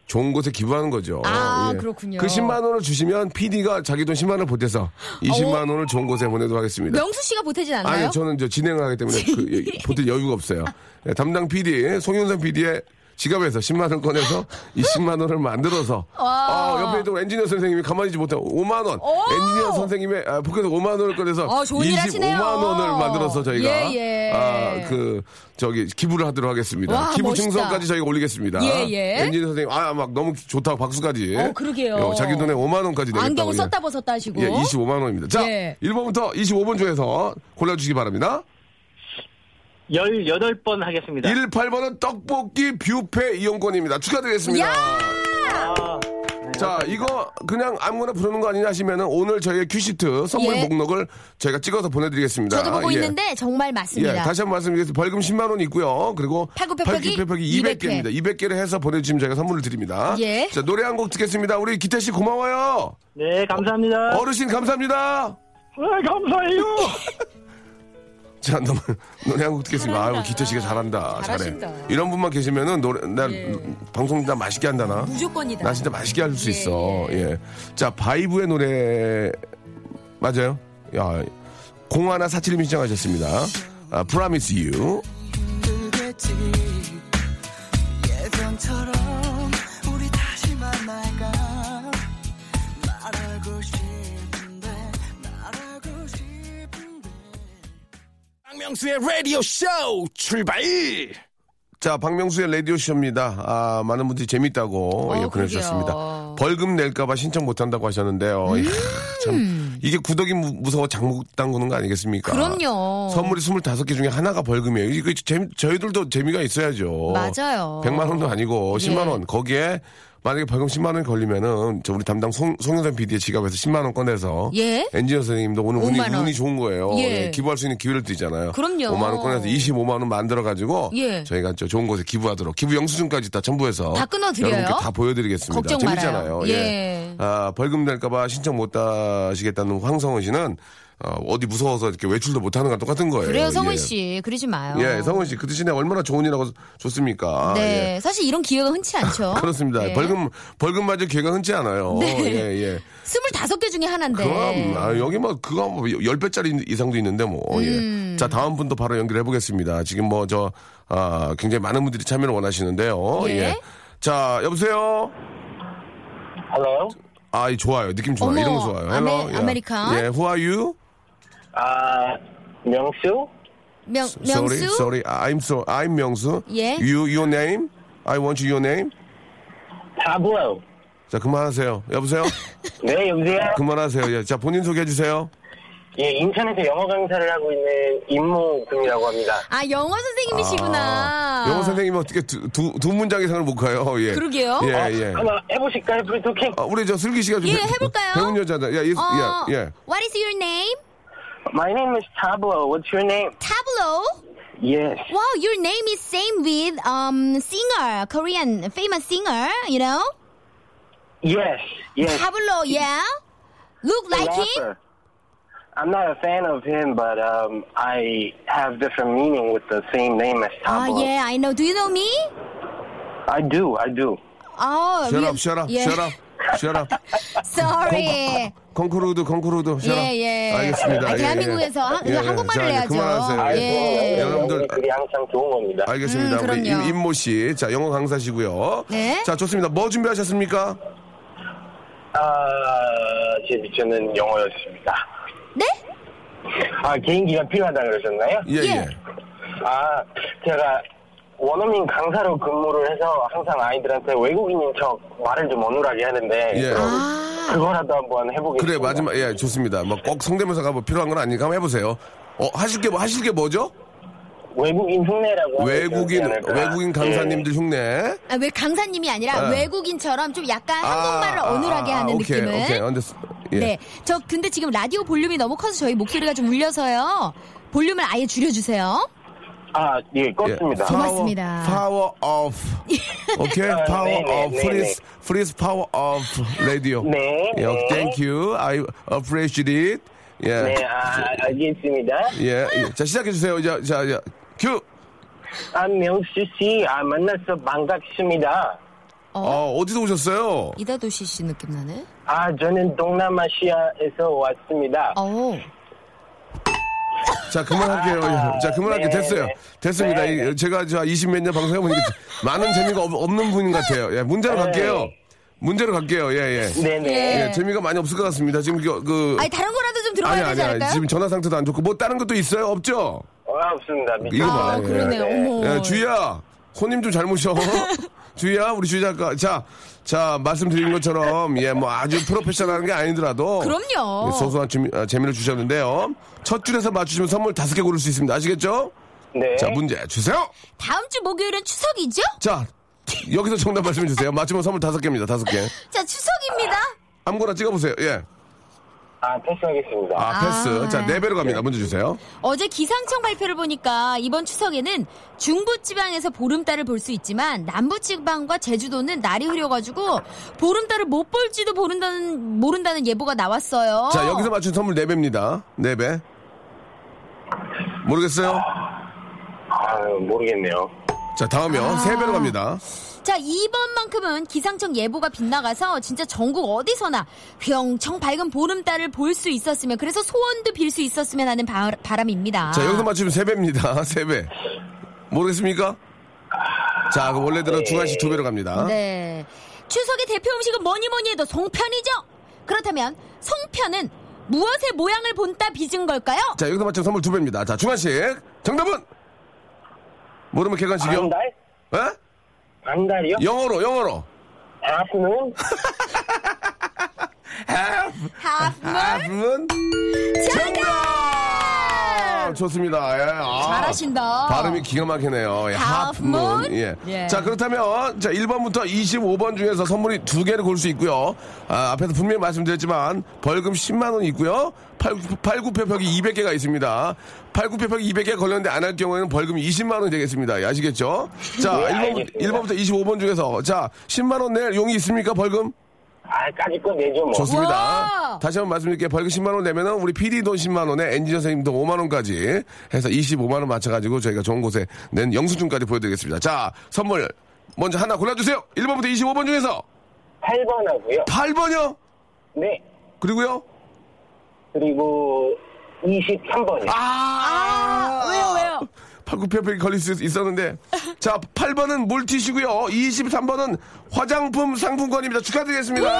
B: 좋은 곳에 기부하는 거죠.
D: 아, 그렇군요.
B: 그 10만 원을 주시면 PD가 자기 돈 10만 원을 보태서
D: 아,
B: 20만 원을 좋은 곳에 보내도록 하겠습니다.
D: 명수 씨가 보태진 않나요?
B: 아니, 저는 저 진행을 하기 때문에 그, 예, 보태 여유가 없어요. 예, 담당 PD, 송윤선 PD의 지갑에서 10만 원 꺼내서 이 10만 원을 만들어서
D: 와.
B: 어, 옆에 있던 엔지니어 선생님이 가만히 있지 못하고 5만 원
D: 오.
B: 엔지니어 선생님의 아, 포켓에서 5만 원을 꺼내서
D: 어, 좋은 일 하시네요.
B: 25만 원을 만들어서 저희가
D: 예, 예.
B: 아, 그 저기 기부를 하도록 하겠습니다.
D: 와,
B: 기부
D: 멋있다.
B: 증서까지 저희가 올리겠습니다.
D: 예, 예.
B: 엔지니어 선생님 아 막 너무 좋다고 박수까지.
D: 어, 그러게요.
B: 어, 자기 돈에 5만 원까지 내겠다고.
D: 안경을
B: 그냥.
D: 썼다 벗었다 하시고.
B: 예, 25만 원입니다. 자,
D: 어? 예.
B: 1번부터 25번 중에서 골라주시기 바랍니다.
F: 18번 하겠습니다.
B: 1, 8번은 떡볶이 뷔페 이용권입니다. 축하드리겠습니다.
F: 아, 네,
B: 자, 이거 그냥 아무거나 부르는 거 아니냐 하시면은 오늘 저희의 큐시트 선물
D: 예.
B: 목록을 저희가 찍어서 보내드리겠습니다.
D: 저도 보고
B: 예.
D: 있는데 정말
B: 예,
D: 맞습니다.
B: 다시 한 번 말씀드리겠습니다. 벌금 10만 원 있고요. 그리고
D: 팔굽혀펴기
B: 팔굽혀펴기 200개입니다. 200개를 해서 보내주시면 저희가 선물을 드립니다.
D: 예.
B: 자, 노래 한 곡 듣겠습니다. 우리 기태 씨 고마워요.
F: 네, 감사합니다.
B: 어르신 감사합니다.
E: 네, 감사해요.
B: 자, 너무 [laughs] 노래 한 곡 듣겠습니다. 아유, 기태 씨가 잘한다.
D: 잘하신다.
B: 잘해. 이런 분만 계시면은 노래, 나 방송 나 맛있게 한다나.
D: 무조건이다.
B: 나 진짜 맛있게 할 수 있어. 예. 자, 바이브의 노래 맞아요? 야, 공하나 사칠님이 신청하셨습니다. 아, Promise You.
G: 힘들겠지 예전처럼 우리 다시 만날까 말하고 싶은데 말하고 싶은데
A: 박명수의 라디오 쇼 출발!
B: 자, 박명수의 라디오 쇼입니다. 아, 많은 분들이 재밌다고
D: 어,
B: 예, 보내주셨습니다.
D: 그러게요.
B: 벌금 낼까봐 신청 못한다고 하셨는데요.
D: 음.
B: 이야, 참 이게 구덕이 무- 무서워 장목 담그는 거 아니겠습니까?
D: 그럼요.
B: 선물이 25개 중에 하나가 벌금이에요. 이거 재미, 저희들도 재미가 있어야죠.
D: 맞아요.
B: 100만 원도 아니고 10만
D: 예.
B: 원. 거기에 만약에 벌금 10만 원이 걸리면은 저 우리 담당 송, 송영선 PD의 지갑에서 10만 원 꺼내서
D: 예?
B: 엔지니어 선생님도 오늘 운이,
D: 5만 원.
B: 운이 좋은 거예요.
D: 예.
B: 예, 기부할 수 있는 기회를 드리잖아요.
D: 그럼요.
B: 5만 원 꺼내서 25만 원 만들어 가지고
D: 예.
B: 저희가 저 좋은 곳에 기부하도록 기부 영수증까지 다 첨부해서
D: 다 끊어드려요?
B: 여러분께 다 보여드리겠습니다.
D: 걱정
B: 재밌잖아요.
D: 말아요. 예.
B: 아, 벌금 낼까봐 신청 못 하시겠다는 황성은 씨는 어, 디 무서워서 이렇게 외출도 못 하는 거랑 똑같은 거예요.
D: 그래요, 성은
B: 예.
D: 씨. 그러지 마요.
B: 예, 성훈 씨, 그 대신에 얼마나 좋은 일하고 좋습니까?
D: 네.
B: 예.
D: 사실 이런 기회가 흔치 않죠.
B: [laughs] 그렇습니다.
D: 예.
B: 벌금, 벌금 맞을 기회가 흔치 않아요.
D: 네.
B: 예, 예.
D: 25개 중에 하나인데.
B: 그럼, 아, 여기 뭐, 그거 뭐, 10배짜리 이상도 있는데 뭐, 예. 자, 다음 분도 바로 연결해 보겠습니다. 지금 뭐, 저, 아, 굉장히 많은 분들이 참여를 원하시는데요. 어,
D: 예.
B: 자, 여보세요?
F: 헬로.
B: 아, 이 좋아요. 느낌 좋아요.
D: 어머,
B: 이런 거 좋아요.
D: 아메-
B: Hello. 예.
D: 아메리칸.
B: 예, who are you?
F: 아, 명수?
D: 명,
B: Sorry,
D: 명수?
B: sorry. I'm so, I'm 명수.
D: 예.
B: You, your name? I want you, your name?
F: 파블로.
B: 자, 그만하세요.
D: [laughs]
B: 여보세요?
F: 네, 여보세요?
B: 그만하세요. 예. 자, 본인 소개해 주세요.
F: 예, 인천에서 영어 강사를 하고 있는 임모금이라고 합니다.
D: 아, 영어 선생님이시구나.
B: 아, 영어 선생님은 어떻게 두, 두, 두 문장 이상을 못 가요? 예.
D: 아. 그러게요.
B: 예,
F: 어,
B: 예.
F: 한번 해보실까요, 프리토킹?
B: 아, 우리 저 슬기 씨가 좀
D: 예,
B: 배-
D: 해볼까요?
B: 배운 여자다. 야, 예,
D: 어,
B: 예, 예.
D: What is your name?
F: My name is Pablo. What's your name?
D: Tableau.
F: Yes.
D: Wow, your name is same with um singer, Korean famous singer, you know?
F: Yes. Yes.
D: Tableau, yeah. Look like him.
F: Rapper. I'm not a fan of him, but um, I have different meaning with the same name as
D: Ah,
F: Pablo.
D: yeah, I know. Do you know me?
F: I do. I do.
D: Oh,
B: Shut
D: you-
B: up, shut up,
D: yeah.
B: shut up, shut up.
D: [laughs] Sorry.
B: 컨크루드, 컨크루드, shut up.
D: 예, 예.
B: 알겠습니다.
D: 아,
B: 예, 예.
D: 대한민국에서 한- 한국말을
B: 자, 이제
D: 해야죠.
B: 그만하세요.
D: 예.
B: 여러분들,
F: 그게 항상 좋은 겁니다.
B: 알겠습니다.
D: 음,
B: 우리
D: 그럼요.
B: 임- 임모 씨, 자, 영어 강사시고요.
D: 네.
B: 자, 좋습니다. 뭐 준비하셨습니까?
F: 아, 제 미션은 영어였습니다.
D: 네?
F: 아, 개인기가 필요하다 그러셨나요?
B: 예,
D: 예.
B: 예.
F: 아, 제가 원어민 강사로 근무를 해서 항상 아이들한테 외국인인 척 말을 좀 어눌하게 하는데 그
B: 예.
D: 아,
F: 그거라도 한번 해보겠습니다.
B: 그래, 마지막, 예, 좋습니다. 뭐 꼭 성대모사가 뭐 필요한 건 아니니까 한번 해보세요. 어, 하실 게, 뭐- 하실 게 뭐죠?
F: 외국인 흉내라고 하면
B: 외국인,
F: 좋지 않을까.
B: 외국인 강사님들 흉내.
D: 아, 왜 강사님이 아니라
B: 아.
D: 외국인처럼 좀 약간 한국말을
B: 아,
D: 어눌하게
B: 아,
D: 하는
B: 오케이,
D: 느낌을.
B: 오케이, 언더스. 예.
D: 네. 저 근데 지금 라디오 볼륨이 너무 커서 저희 목소리가 좀 울려서요. 볼륨을 아예 줄여주세요.
F: 예. 아, 예,
B: 파워,
F: 껐습니다.
D: 고맙습니다.
B: 파워 오프.
D: [laughs]
B: 오케이.
F: 아,
B: 파워
F: 네, 네,
B: 오프.
F: 네,
B: 프리스 프리스 파워 오프 라디오.
F: 네,
B: 예,
F: 네.
B: thank you. I appreciate it. 예.
F: 네, 아, 알겠습니다.
B: 예. 예. 자, 시작해 주세요. 자, 자, 자. 큐.
F: 아, 명수 씨, 아, 만나서 반갑습니다.
B: 어, 어디서 오셨어요?
D: 이다도시 씨 느낌 나네.
F: 아, 저는 동남아시아에서 왔습니다.
D: 어.
B: 자, 그만할게요.
F: 아,
B: 자, 그만할게요.
F: 네,
B: 됐어요.
F: 네.
B: 됐습니다.
F: 네, 네.
B: 이- 제가 저 20몇 년
F: [laughs]
B: 방송해보니까 많은 재미가 없, 없는 분 같아요. 예, 문제로
F: 네.
B: 갈게요. 문제로 갈게요. 예, 예.
F: 네네.
B: 예, 재미가 많이 없을 것 같습니다. 지금 그, 그
D: 아니 다른 거라도 좀
B: 아니,
D: 들어가야
B: 아니,
D: 되지
B: 아니,
D: 않을까요?
B: 지금 전화 상태도 안 좋고 뭐 다른 것도 있어요? 없죠?
F: 아, 없습니다. 미쳐.
B: 이거
D: 아
B: 봐요. 예.
D: 그러네요. 어머.
B: 야, 주희야, 손님 좀 잘
D: [laughs]
B: 모셔. 주희야, 우리 주희 작가. 자, 자, 말씀드린 것처럼, 예, 뭐 아주 프로페셔널한 게 아니더라도.
D: 그럼요.
B: 예, 소소한 재미, 아, 재미를 주셨는데요. 첫 줄에서 맞추시면 선물 다섯 개 고를 수 있습니다. 아시겠죠?
F: 네.
B: 자, 문제 주세요!
D: 다음 주 목요일은 추석이죠?
B: 자, 여기서 정답 말씀해 주세요. 맞추면 선물 다섯 개입니다. 다섯 개.
D: 자 추석입니다.
B: 아무거나 찍어보세요. 예.
F: 아, 패스하겠습니다.
B: 아, 패스.
D: 아.
B: 자, 네 배로 갑니다. 문제 주세요.
D: 어제 기상청 발표를 보니까 이번 추석에는 중부지방에서 보름달을 볼 수 있지만 남부지방과 제주도는 날이 흐려가지고 보름달을 못 볼지도 모른다는 모른다는 예보가 나왔어요.
B: 자, 여기서 맞춘 선물 네 배입니다. 네 배. 모르겠어요?
F: 아, 모르겠네요. 아.
B: 자, 다음이요. 세 배로 갑니다.
D: 자, 이번만큼은 기상청 예보가 빗나가서 진짜 전국 어디서나 휘영청 밝은 보름달을 볼 수 있었으면 그래서 소원도 빌 수 있었으면 하는 바, 람입니다
F: 아.
B: 자, 여기서 맞추면 세배입니다 [laughs] 세배 모르겠습니까? 자, 그
F: 네.
B: 원래대로 두 가지 두 배로 갑니다.
D: 네. 추석의 대표 음식은 뭐니 뭐니 해도 송편이죠. 그렇다면 송편은 무엇의 모양을 본따 빚은 걸까요?
B: 자, 여기서 맞추면 선물 두배입니다 자, 중간식. 정답은? 모르면 객관식이요?
F: 반달?
B: 예?
F: 반달이요? 아,
B: 영어로, 영어로.
F: 하프는?
D: 하프물
B: 아픈 정답! 좋습니다. 예. 아,
D: 잘하신다.
B: 발음이 기가 막히네요. 예,
D: Half
B: 하프문.
D: moon?
B: 예.
D: 예.
B: 자, 그렇다면, 자, 1번부터 25번 중에서 선물이 두 개를 고를 수 있고요. 아, 앞에서 분명히 말씀드렸지만, 벌금 10만원 있고요. 팔, 팔굽혀펴기 200개가 있습니다. 팔굽혀펴기 200개 걸렸는데 안 할 경우에는 벌금 20만원이 되겠습니다. 예, 아시겠죠? 자,
F: 네,
B: 1번부터,
F: 알겠습니다.
B: 1번부터 25번 중에서, 자, 10만원 낼 용이 있습니까? 벌금?
F: 아, 까짓 거 내죠, 뭐.
B: 좋습니다.
D: 우와!
B: 다시 한번 말씀드릴게요. 벌금 10만원 내면은 우리 PD 돈 10만원에 엔지니어 선생님 돈 5만원까지 해서 25만원 맞춰가지고 저희가 좋은 곳에 낸 영수증까지 보여드리겠습니다. 자, 선물 먼저 하나 골라주세요. 1번부터 25번 중에서
F: 8번 하고요.
B: 8번이요.
F: 네.
B: 그리고요.
F: 그리고 23번이요.
B: 아!
D: 왜요 왜요?
B: 팔굽혀펴기 걸릴 수 있었는데. 자, 8번은 물티슈고요 23번은 화장품 상품권입니다. 축하드리겠습니다.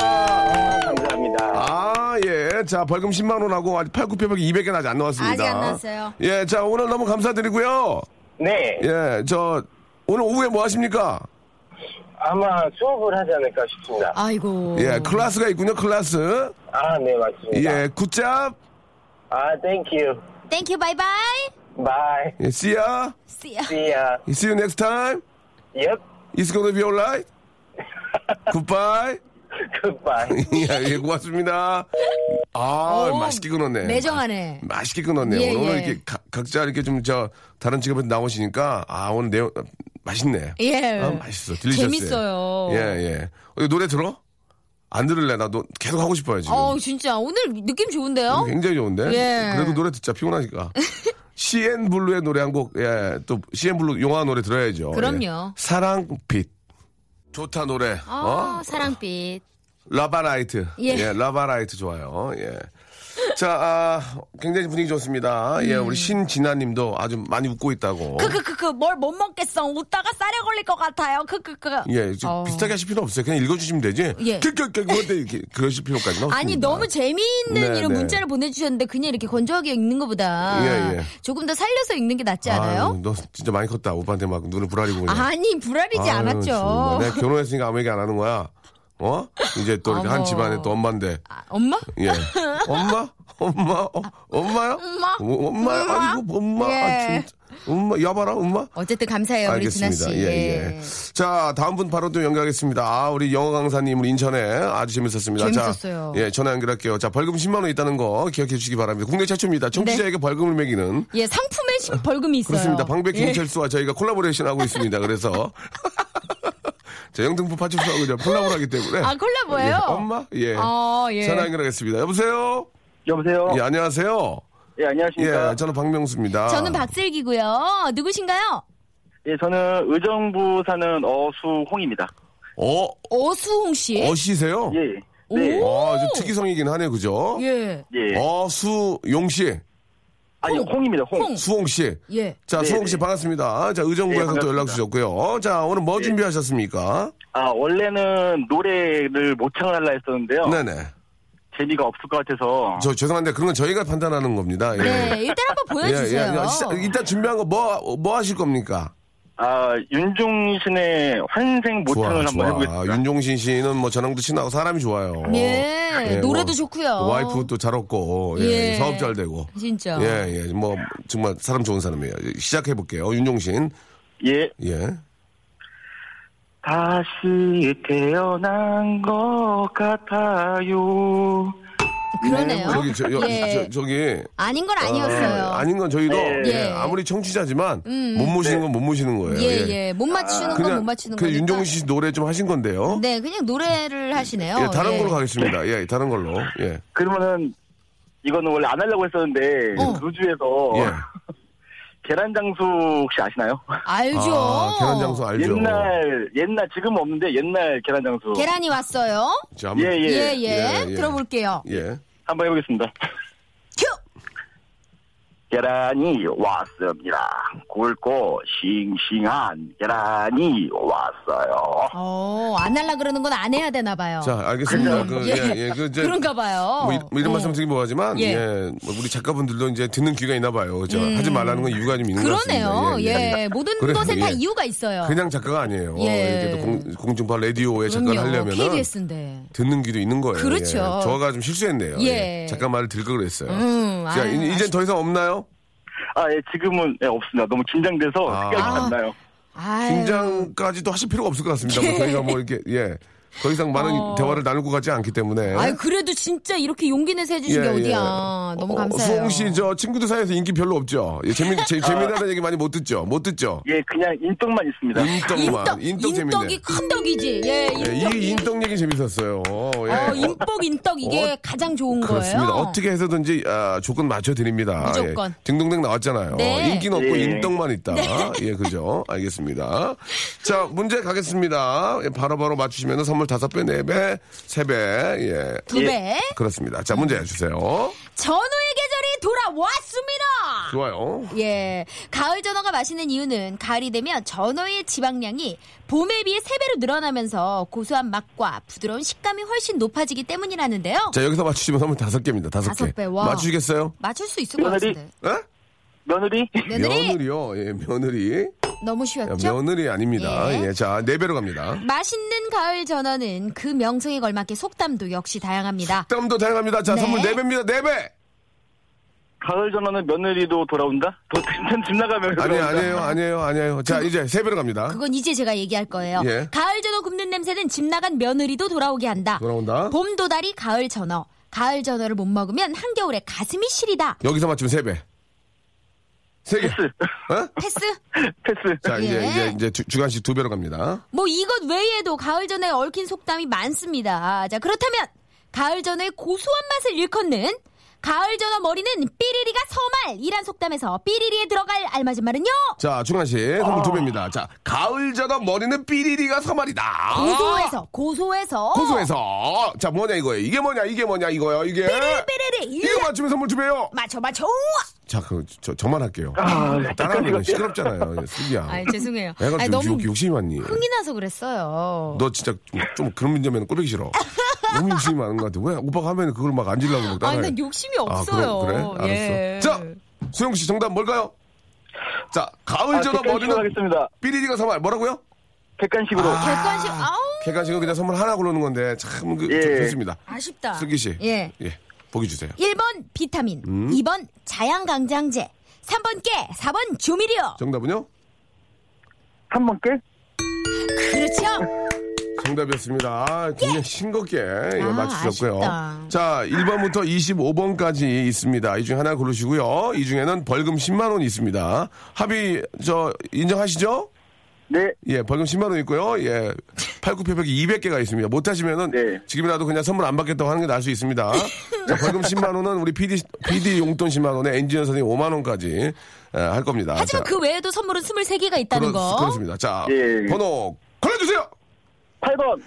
F: 감사합니다.
B: 아, 예. 자, 벌금 10만원하고 아직 팔굽혀펴기 200개는 아직 안 나왔습니다.
D: 아직 안 나왔어요.
B: 예, 자, 오늘 너무 감사드리고요.
F: 네.
B: 예, 저, 오늘 오후에 뭐 하십니까?
F: 아마 수업을 하지 않을까 싶습니다.
D: 아이고.
B: 예, 클라스가 있군요, 클라스.
F: 아, 네, 맞습니다.
B: 예, 굿잡.
F: 아, 땡큐.
D: 땡큐 바이바이.
F: 바이.
B: 예, see ya.
D: See ya.
F: See ya.
B: See you next time.
F: Yep.
B: It's gonna be
D: [laughs]
B: alright. Goodbye. [laughs]
F: Goodbye.
B: 예, 예, 고맙습니다. 아,
D: 오,
B: 맛있게 끊었네.
D: 매정하네.
B: 맛있게 끊었네요.
D: 예,
B: 오늘
D: 예.
B: 이렇게 가- 각자 이렇게 좀 저 다른 직업에서 나오시니까 아 오늘 내용 아, 맛있네.
D: 예.
B: 아 맛있어. 들리셨어요?
D: 재밌어요.
B: 예 예. 어, 노래 들어? 안 들을래? 나도 계속 하고 싶어요 지금.
D: 어 진짜 오늘 느낌 좋은데요?
B: 굉장히 좋은데.
D: 어? 예.
B: 그래도 노래 듣자
D: [laughs]
B: 피곤하니까. CN 블루의 노래 한 곡, 예, 또 CN 블루 용화 노래 들어야죠.
D: 그럼요.
B: 예. 사랑빛. 좋다 노래.
D: 아
B: 어?
D: 사랑빛.
B: 라바라이트.
D: 예.
B: 라바라이트 좋아요. 예. 자, 아, 굉장히 분위기 좋습니다. 예,
D: 음.
B: 우리 신진아님도 아주 많이 웃고 있다고.
D: 크크크크 그, 뭘 못 먹겠어. 웃다가 쌀에 걸릴 것 같아요. 그, 크크크.
B: 예, 지금
D: 어.
B: 비슷하게 하실 필요 없어요. 그냥 읽어주시면 되지.
D: 예.
B: 끄끄끄 그런데 이렇게 그러실 필요까지는 없습니다.
D: 아니 너무 재미있는
B: 네,
D: 이런
B: 네.
D: 문자를 보내주셨는데 그냥 이렇게 건조하게 읽는 것보다
B: 예, 예.
D: 조금 더 살려서 읽는 게 낫지
B: 아유,
D: 않아요?
B: 너 진짜 많이 컸다. 오빠한테 막 눈을 부라리고 그냥.
D: 아니 불알이지
B: 네. 아유, 정말. 네.
D: 않았죠.
B: 내가 결혼했으니까 아무 얘기 안 하는 거야. 어? 이제 또 이렇게 한
D: 어머.
B: 집안에 또 엄마인데.
D: 아, 엄마?
B: 예. 엄마? 엄마? 어, 엄마야?
D: 엄마?
B: 어, 엄마야?
D: 엄마?
B: 아이고, 엄마. 아,
D: 예.
B: 진짜. 엄마, 여봐라, 엄마?
D: 어쨌든 감사해요 우리 진아 씨.
B: 알겠습니다. 예, 예. 자, 다음 분 바로 또 연결하겠습니다. 아, 우리 영어 강사님, 우리 인천에 아주 재밌었습니다.
D: 재밌었어요.
B: 자, 예, 전화 연결할게요. 자, 벌금 10만원 있다는 거 기억해 주시기 바랍니다. 국내
D: 네.
B: 최초입니다. 청취자에게 벌금을 매기는.
D: 예, 상품에 신- 벌금이 있어요. 예.
B: 그렇습니다. 방배 김철수와 저희가 콜라보레이션 하고 있습니다.
D: [laughs]
B: 그래서. 자, 영등포 파출소하고 이제 콜라보를 하기 때문에.
D: 아, 콜라보예요?
B: 예, 엄마? 예.
D: 아, 예.
B: 전화 연결하겠습니다. 여보세요?
F: 여보세요?
B: 예, 안녕하세요.
F: 예, 어. 안녕하십니까?
B: 예, 저는 박명수입니다.
D: 저는 박슬기고요. 누구신가요?
F: 예, 저는 의정부 사는 어수홍입니다.
B: 어,
D: 어수홍 씨.
B: 어시세요?
F: 예.
D: 오.
B: 아, 좀 특이성이긴 하네요, 그죠?
D: 예.
F: 예.
B: 어수용 씨.
F: 아니,
D: 홍.
F: 홍입니다, 홍.
D: 홍.
B: 수홍 씨.
D: 예.
B: 자,
F: 네,
B: 수홍 씨
F: 네.
B: 반갑습니다. 자, 의정부에서
F: 네,
B: 또 연락
F: 반갑습니다. 예.
B: 주셨고요. 자, 오늘 뭐 준비하셨습니까?
F: 아, 원래는 노래를 모창을 하려 했었는데요.
B: 네네.
F: 재미가 없을 것 같아서.
B: 저 죄송한데 그런 건 저희가 판단하는 겁니다. 예.
D: 네, 일단 한번
B: 예, 예,
D: 보여주세요.
B: 예. 시작- 일단 준비한 거 뭐 뭐 하실 겁니까?
F: 아, 윤종신의 환생 모창을 한번 해보겠습니다.
B: 윤종신 씨는 뭐 전황도 친하고 사람이 좋아요.
D: 예, 노래도 좋고요.
B: 어, 와이프도 잘 얻고 예,
D: 예.
B: 사업 잘 되고.
D: 진짜.
B: 예, 예. 뭐 정말 사람 좋은 사람이에요. 시작해 볼게요. 윤종신.
F: 예.
B: 예.
F: 다시 태어난 것 같아요.
D: 그러네요.
B: 저기 저, 여,
D: 예.
B: 저, 기
D: 아닌 건 아니었어요. 음,
B: 아닌 건 저희도
F: 예.
B: 예, 아무리 청취자지만 못
F: 네.
B: 모시는 건 못 모시는 거예요.
D: 예, 예. 못 맞추는 건 못
B: 그냥
D: 맞추는
B: 그
D: 거니까.
B: 윤종신 씨 노래 좀 하신 건데요.
D: 네, 그냥 노래를 하시네요.
B: 예, 다른
D: 예.
B: 걸로 가겠습니다. 예, 다른 걸로. 예.
F: 그러면은, 이거는 원래 안 하려고 했었는데,
D: 어.
F: 루즈에서
B: 예.
F: 계란장수 혹시 아시나요?
D: 알죠.
B: 아, 계란 장수 알죠?
F: 옛날, 옛날, 지금은 없는데, 옛날 계란장수.
D: 계란이 왔어요.
B: 자,
F: 예,
B: 한번-
F: 예.
D: 예, 예.
B: 예, 예.
D: 들어볼게요.
B: 예.
F: 한번 해보겠습니다.
D: 큐!
F: 계란이 왔습니다. 굵고 싱싱한 계란이 왔어요.
D: 어, 안 할라 그러는 건 안 해야 되나 봐요.
B: 자, 알겠습니다. 그, 예, 예. 그, 이제
D: 그런가 봐요.
B: 뭐, 이- 뭐 이런 말씀 드리기 뭐하지만,
D: 예. 음.
B: 예. 뭐 우리 작가분들도 이제 듣는 귀가 있나 봐요. 저 하지 말라는 건 이유가 좀 있는 것 같습니다.
D: 그러네요. 예, 모든
B: 그래요.
D: 것에 다
B: 예.
D: 이유가 있어요.
B: 그냥 작가가 아니에요.
D: 예.
B: 이렇게 또 공, 공중파 라디오에 작가를
D: 그럼요.
B: 하려면
D: KBS인데.
B: 듣는 귀도 있는 거예요.
D: 그렇죠.
B: 예. 저가 좀 실수했네요.
D: 예.
B: 예. 작가 말을 들걸 그랬어요.
D: 음,
B: 자,
D: 아유,
B: 이- 이젠 더 이상 없나요?
F: 아, 예, 지금은 예, 없습니다. 너무 긴장돼서
B: 아.
F: 생각이
D: 아.
F: 안 나요.
D: 아유.
B: 긴장까지도 하실 필요가 없을 것 같습니다. 뭐 저희가 뭐 이렇게 예. 더 이상 많은
D: 어.
B: 대화를 나누고 가지 않기 때문에.
D: 아유, 그래도 진짜 이렇게 용기 내서 해주신 게 어디야. 너무 감사해요.
B: 예, 수홍 씨 저 친구들 사이에서 인기 별로 없죠. 예, 재미 재, 재미나는 얘기 많이 못 듣죠. 못 듣죠.
F: 예, 그냥 인떡만 있습니다.
B: 인떡만 인떡 재밌네.
D: 네. 인떡이 큰 떡이지. 예,
B: 예,
D: 인떡.
B: 이 인떡 얘기 재밌었어요. 어, 예.
D: 어, 인복, 인떡 이게
B: 어,
D: 가장 좋은
B: 그렇습니다.
D: 거예요.
B: 어떻게 해서든지 아, 조건 맞춰 드립니다.
D: 무조건.
B: 예. 등등등 나왔잖아요.
D: 네.
B: 인기는 없고
F: 예.
B: 인덕만 있다. 예, 그죠? 알겠습니다. 자, 문제 가겠습니다. 예, 바로바로 맞추시면 선물 다섯 배, 네 배, 세 배. 예.
D: 두 배.
B: 그렇습니다. 자, 문제 주세요.
D: 전후의 계절이 돌아왔습니다.
B: 좋아요.
D: 예. 가을 전어가 맛있는 이유는 가을이 되면 전어의 지방량이 봄에 비해 세배로 늘어나면서 고소한 맛과 부드러운 식감이 훨씬 높아지기 때문이라는데요.
B: 자, 여기서 맞추시면 선물 다섯 개입니다. 다섯 개.
D: 다섯 배, 와.
B: 맞추시겠어요?
D: 맞출 수 있을 것
F: 며느리.
D: 같은데.
B: 예?
F: 며느리? [laughs]
D: 며느리!
B: 요 예, 며느리.
D: 너무
B: 야,
D: 쉬웠죠?
B: 며느리 아닙니다.
D: 예.
B: 예, 자, 네 배로 갑니다.
D: 맛있는 가을 전어는 그 명성에 걸맞게 속담도 역시 다양합니다.
B: 땀도 다양합니다. 자,
D: 네.
B: 선물 네 배입니다. 네 배.
F: 가을 전화는 며느리도 돌아온다? 도, 집 나가면
B: 아니
F: 돌아온다.
B: 아니에요, 아니에요, 아니에요. 자, 이제 세 배로 갑니다.
D: 그건 이제 제가 얘기할 거예요.
B: 예.
D: 가을 전어 굽는 냄새는 집 나간 며느리도 돌아오게 한다.
B: 돌아온다.
D: 봄 도다리 가을 전어. 가을 전어를 못 먹으면 한겨울에 가슴이 시리다.
B: 여기서 맞추면 세 배. 세 개. 어?
D: 패스.
F: [laughs] 패스.
B: 자, 이제
D: 예.
B: 이제 이제 주, 주간 씨 두 배로 갑니다.
D: 뭐 이것 외에도 가을 전어에 얽힌 속담이 많습니다. 자, 그렇다면 가을 전어의 고소한 맛을 일컫는 가을 전어 머리는 삐리리가 서말 이란 속담에서 삐리리에 들어갈 알맞은 말은요.
B: 자, 중간 씨 선물
D: 어.
B: 두 배입니다. 자, 가을 전어 머리는 삐리리가 서말이다.
D: 고소해서 어? 고소해서
B: 고소해서. 자, 뭐냐 이거예요. 이게 뭐냐, 이게 뭐냐 이거요. 이게
D: 삐리리
B: 이거 맞추면 선물 두 배요.
D: 맞춰 맞춰.
B: 자, 그 저, 저만 할게요.
F: 아,
B: 따라하면 시끄럽잖아요, 슬기야.
D: 아, 죄송해요.
B: 내가
D: 아이,
B: 지금
D: 너무
B: 욕- 욕심이 많니?
D: 흥이 나서 그랬어요.
B: 너 진짜 좀, 좀 그런 문제면 꼬르기 싫어. 너무 욕심이 많은 것 같아. 왜 오빠가 하면 그걸 막 앉으려고 막
D: 아,
B: 따라해.
D: 난 욕심이
B: 아,
D: 없어요.
B: 그래? 그래?
D: 예.
B: 알았어. 자, 수영 씨 정답 뭘까요? 자, 가을
F: 아,
B: 전어
F: 객관식으로
B: 머리는
F: 하겠습니다.
B: 삐리디가 선물 뭐라고요?
F: 객관식으로.
B: 아.
D: 객관식 아우
B: 개관식은 그냥 선물 하나 고르는 건데 참 그,
F: 예.
B: 좀 그렇습니다.
D: 아쉽다.
B: 슬기 씨. 음?
D: 예.
B: 보기 주세요.
D: 1번 비타민, 2번 자양강장제, 3번 깨, 4번 조미료.
B: 정답은요?
F: 한 번 깨?
D: 그렇죠.
B: 정답이었습니다. 아, 굉장히 싱겁게 예,
D: 아,
B: 맞추셨고요.
D: 아쉽다.
B: 자, 1번부터 25번까지 있습니다. 이 중에 하나 고르시고요. 이 중에는 벌금 10만 원 있습니다. 합의 저 인정하시죠?
F: 네.
B: 예, 벌금 10만 원 있고요. 예, 팔굽혀펴기 200개가 있습니다. 못하시면은
F: 네.
B: 지금이라도 그냥 선물 안 받겠다고 하는 게 나을 수 있습니다. 자, 벌금 10만 원은 우리 PD, PD 용돈 10만 원에 엔지니어 선생님 5만 원까지 예, 할 겁니다.
D: 하지만
B: 자,
D: 그 외에도 선물은 23개가 있다는
B: 그렇-
D: 거.
B: 그렇습니다. 자,
F: 예.
B: 번호 골라주세요.
F: 8번.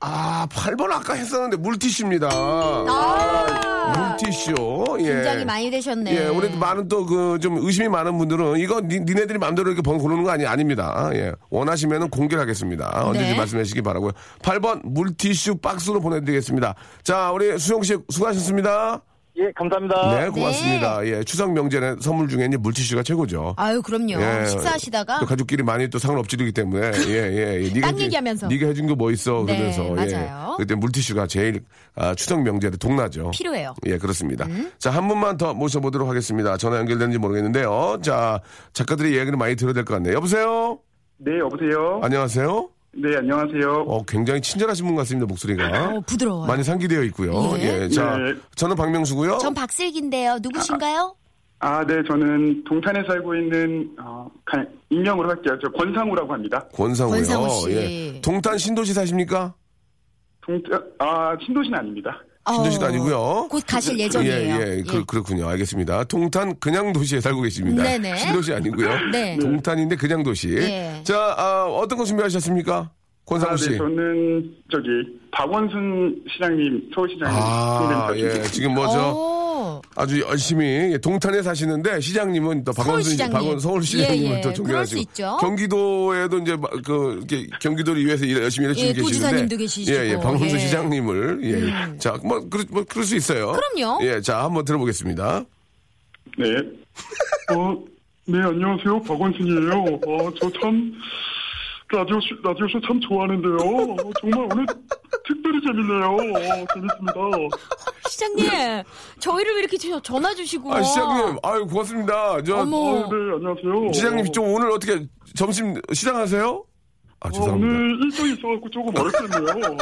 B: 아, 8번 아까 했었는데 물티슈입니다.
D: 아,
B: 물티슈. 예.
D: 긴장이 많이 되셨네.
B: 예, 우리 많은 또 그 좀 의심이 많은 분들은 이거 니, 네들이 마음대로 이렇게 번 고르는 거 아니 아닙니다. 예. 원하시면은 공개하겠습니다. 언제든지
D: 네.
B: 말씀해 주시기 바라고요. 8번 물티슈 박스로 보내 드리겠습니다. 자, 우리 수영 씨 수고하셨습니다.
D: 아,
E: 예, 감사합니다.
B: 네, 고맙습니다. 예. 추석 명절에 선물 중에 이제 물티슈가 최고죠.
D: 아유, 그럼요.
B: 예.
D: 식사하시다가
B: 또 가족끼리 많이 또 상을 엎지르기
D: [laughs]
B: 때문에 예예 예,
D: 딴
B: 해준-
D: 얘기하면서.
B: 네가 해준 거 뭐 있어
D: 네,
B: 그러면서
D: 맞아요.
B: 예. 그때 물티슈가 제일 아, 추석 명절에 동나죠.
D: 필요해요. 음.
B: 예, 그렇습니다. 자, 한 분만 더 모셔보도록 하겠습니다. 전화 연결되는지 모르겠는데요. 자, 작가들의 이야기를 많이 들어야 될 것 같네요. 여보세요?
E: 네, 여보세요.
B: 안녕하세요?
E: 네, 안녕하세요.
B: 아. 어, 굉장히 친절하신 분 같습니다, 목소리가.
D: 어, 부드러워요.
B: 많이 상기되어 있고요.
D: 예.
B: 예, 자,
E: 네.
B: 저는 박명수고요.
D: 전 박슬기인데요. 누구신가요?
E: 아, 네, 저는 동탄에 살고 있는 어, 가- 익명으로 할게요. 저 권상우라고 합니다.
B: 권상우요.
D: 권상우 씨.
B: 예. 동탄 신도시 사십니까?
E: 동, 아, 신도시는 아닙니다.
B: 신도시도
D: 어,
B: 아니고요.
D: 곧 가실 예정이에요.
B: 예, 예, 그, 그렇군요. 알겠습니다. 동탄 그냥 도시에 살고 계십니다.
D: 네네.
B: 신도시 아니고요.
D: [laughs] 네.
B: 동탄인데 그냥 도시.
D: 예.
B: 자, 아, 어떤 거 준비하셨습니까? 권상우
E: 아,
B: 씨.
E: 네, 저는 저기 박원순 시장님, 서울시장님.
B: 아,
E: 성대모사
B: 예.
E: 준비-
B: 지금 뭐
D: 어.
B: 저
D: 오.
B: 아주 열심히 예, 동탄에 사시는데 시장님은 또 박원순
D: 서울시장님.
B: 박원 서울시장님을
D: 예, 예.
B: 또
D: 그럴 수
B: 존경하시고
D: 있죠.
B: 경기도에도 이제 막 그 이렇게 경기도를 위해서 일- 열심히 일하시는
D: 예,
B: 계시는데
D: 도지사님도 계시고.
B: 예, 예. 박원순
D: 예. 음.
B: 시장님을 예. 자, 뭐, 그, 뭐 그럴 수 있어요.
D: 그럼요.
B: 예, 자, 한번 들어보겠습니다. 예.
E: 네. 어, 네, 안녕하세요. 박원순이에요. 어, 저 참, 라디오, 쇼- 라디오 쇼 참 좋아하는데요. 어, 정말 오늘 특별히 재밌네요. 어, 재밌습니다.
D: 시장님, 저희를 왜 이렇게 저- 전화 주시고.
B: 아, 시장님. 아유, 고맙습니다. 저
D: 어. 어머.
E: 어, 네, 안녕하세요.
B: 시장님 좀 오늘 어떻게 점심 시장하세요? 아,
E: 어,
B: 죄송합니다.
E: 오늘 일정이 있어갖고 조금 어렵겠네요.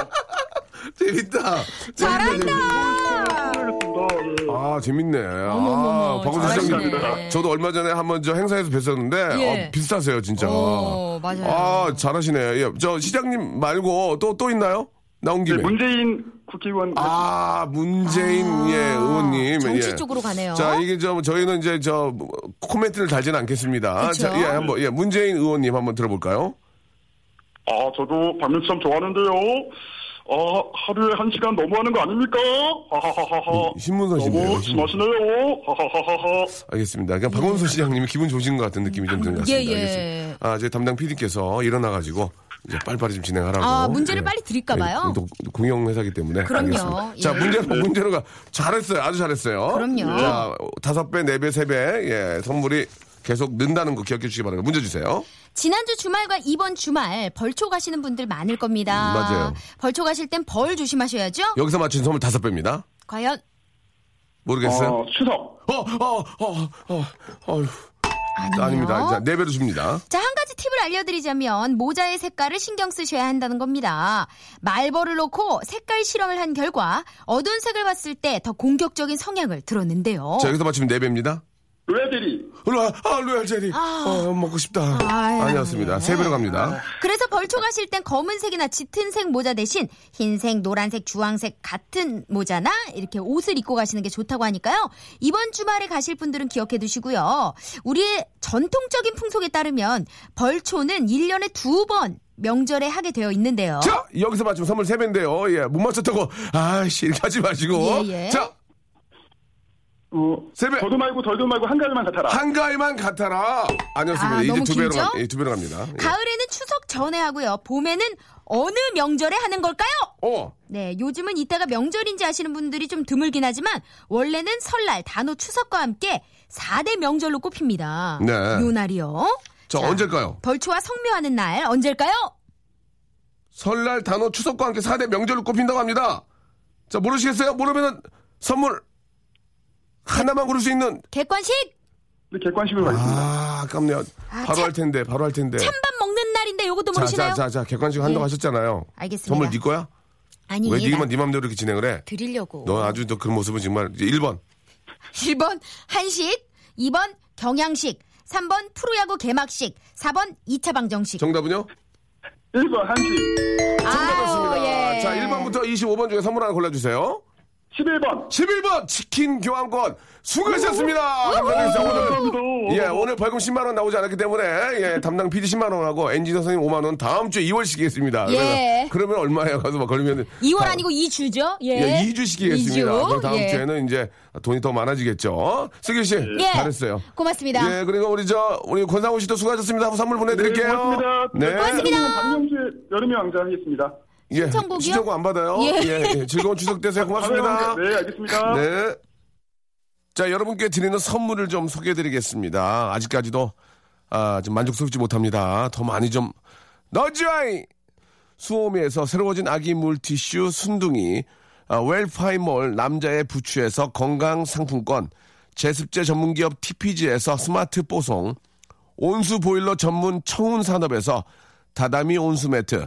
B: 재밌다.
D: 잘한다.
E: 해야겠습니다. 네.
B: 아 재밌네.
D: 어머머머,
B: 아 박원순
D: 잘하시네.
B: 시장님. 저도 얼마 전에 한번 저 행사에서 뵀었는데
D: 예.
B: 어, 비슷하세요 진짜.
D: 어, 맞아요.
B: 아 잘하시네. 예, 저 시장님 말고 또 또 있나요? 나온
E: 네,
B: 김에.
E: 문재인 국회의원
B: 아 문재인 예 의원님.
D: 정치
B: 예.
D: 쪽으로 가네요.
B: 자 이게 좀 저희는 이제 저 뭐, 코멘트를 달지는 않겠습니다.
D: 그쵸?
B: 자, 예 한번 예 문재인 의원님 한번 들어볼까요?
E: 아, 저도 박명수 참 좋아하는데요. 아, 하루에 한 시간 너무하는 거 아닙니까? 하하하하.
B: 이- 음, 신문선신데요,
E: 너무
B: 신문.
E: 심하시네요. 하하하하.
B: 알겠습니다. 그냥 박원순 시장님이 기분 좋으신 것 같은 느낌이 좀 드는 것 같습니다.
D: 예, 예.
B: 알겠습니다. 아, 제 담당 PD께서 일어나가지고 이제 빨리빨리 좀 진행하라고.
D: 아, 문제를 빨리 드릴까 봐요?
B: 예, 또 공영회사기 때문에.
D: 그럼요.
B: 알겠습니다.
D: 예.
B: 자, 문제로, 문제로 가. 잘했어요. 아주 잘했어요.
D: 그럼요.
B: 자, 다섯 배, 네 배, 세 배. 예, 선물이 계속 는다는 거 기억해 주시기 바랍니다. 문제 주세요.
D: 지난주 주말과 이번 주말 벌초 가시는 분들 많을 겁니다.
B: 음, 맞아요. 예.
D: 벌초 가실 땐 벌 조심하셔야죠.
B: 여기서 맞힌 선물 다섯 배입니다.
D: 과연
B: 모르겠어요?
E: 어, 추석.
B: 어, 어, 어, 어, 어.
D: 아니요.
B: 아닙니다. 자, 네 배로 줍니다.
D: 자, 한 가지 팁을 알려드리자면 모자의 색깔을 신경 쓰셔야 한다는 겁니다. 말벌을 놓고 색깔 실험을 한 결과 어두운 색을 봤을 때 더 공격적인 성향을 들었는데요.
B: 자, 여기서 맞히면 네 배입니다.
E: 레드리.
B: 로얄, 아, 로얄 제리. 어, 먹고 싶다.
D: 아유. 네.
B: 아, 니었습니다세 배로 갑니다.
D: 그래서 벌초 가실 땐 검은색이나 짙은색 모자 대신 흰색, 노란색, 주황색 같은 모자나 이렇게 옷을 입고 가시는 게 좋다고 하니까요. 이번 주말에 가실 분들은 기억해 두시고요. 우리의 전통적인 풍속에 따르면 벌초는 1년에 두 번 명절에 하게 되어 있는데요.
B: 자, 여기서 맞추면 선물 세배인데요 예, 못 맞췄다고. 아이씨, 이렇게 하지 마시고.
D: 예, 예.
B: 자,
E: 어,
B: 세배
E: 저도 말고 저도 말고 한 가지만 같아라.
B: 한가위만 같아라. 아니었습니다.
D: 아,
B: 이제
D: 너무
B: 두 배로,
D: 길죠?
B: 갑, 예, 두 배로 갑니다. 예.
D: 가을에는 추석 전에 하고요. 봄에는 어느 명절에 하는 걸까요?
B: 어,
D: 네, 요즘은 이따가 명절인지 아시는 분들이 좀 드물긴 하지만 원래는 설날, 단오, 추석과 함께 4대 명절로 꼽힙니다.
B: 네.
D: 아, 요 날이요.
B: 자, 언제일까요?
D: 벌초와 성묘하는 날 언제일까요?
B: 설날, 단오, 추석과 함께 4대 명절로 꼽힌다고 합니다. 자, 모르시겠어요? 모르면은 선물 하나만 고를 수 있는.
D: 객관식
E: 네, 객관식으로 가겠습니다.
B: 아, 아깝네요. 바로
D: 참-
B: 할 텐데, 바로 할 텐데.
D: 찬밥 먹는 날인데 요것도
B: 자,
D: 모르시나요?
B: 자, 자, 자, 객관식 한다고
D: 예.
B: 하셨잖아요.
D: 알겠습니다. 그-
B: 선물 네 거야?
D: 아니,
B: 왜
D: 나
B: 니만 네 맘대로 이렇게 진행을 해?
D: 드리려고. [laughs]
B: 너 아주 너 그런 모습은 정말 1번.
D: 1번 한식, 2번 경양식, 3번 프로야구 개막식, 4번 2차 방정식.
B: 정답은요?
E: 1번 한식.
D: 아유, 예.
B: 자, 1번부터 25번 중에 선물 하나 골라주세요.
E: 11번.
B: 11번 치킨 교환권 수고하셨습니다. 감사드립니다. 오늘 예 오늘 벌금 10만 원 나오지 않았기 때문에 예 담당 PD 10만 원하고 엔지 선생님 5만 원 다음 주에 2월씩이겠습니다.
D: 예.
B: 그러면 얼마예요? 가서 막 걸리면
D: 2월 아니고 2주죠? 예.
B: 예, 2주씩이겠습니다.
D: 이주.
B: 그럼 다음
D: 예.
B: 주에는 이제 돈이 더 많아지겠죠. 슬기 씨
D: 예.
B: 잘했어요.
D: 고맙습니다.
B: 예, 그리고 우리 저 우리 권상우 씨도 수고하셨습니다. 하고 선물 보내드릴게요.
E: 네, 고맙습니다.
D: 고맙습니다.
E: 박명수의 여름의 왕자 하겠습니다.
B: 예,
D: 신청곡이요?
B: 신청곡 안 받아요.
D: 예.
B: 예, 예, 즐거운 추석 되세요. 고맙습니다.
E: 네, 알겠습니다.
B: 네. 자, 여러분께 드리는 선물을 좀 소개해드리겠습니다. 아직까지도 아, 좀 만족스럽지 못합니다. 더 많이 좀 넣어줘이 수오미에서 새로워진 아기 물티슈 순둥이 아, 웰파이몰 남자의 부추에서 건강 상품권 제습제 전문기업 TPG에서 스마트 뽀송 온수 보일러 전문 청운 산업에서 다다미 온수 매트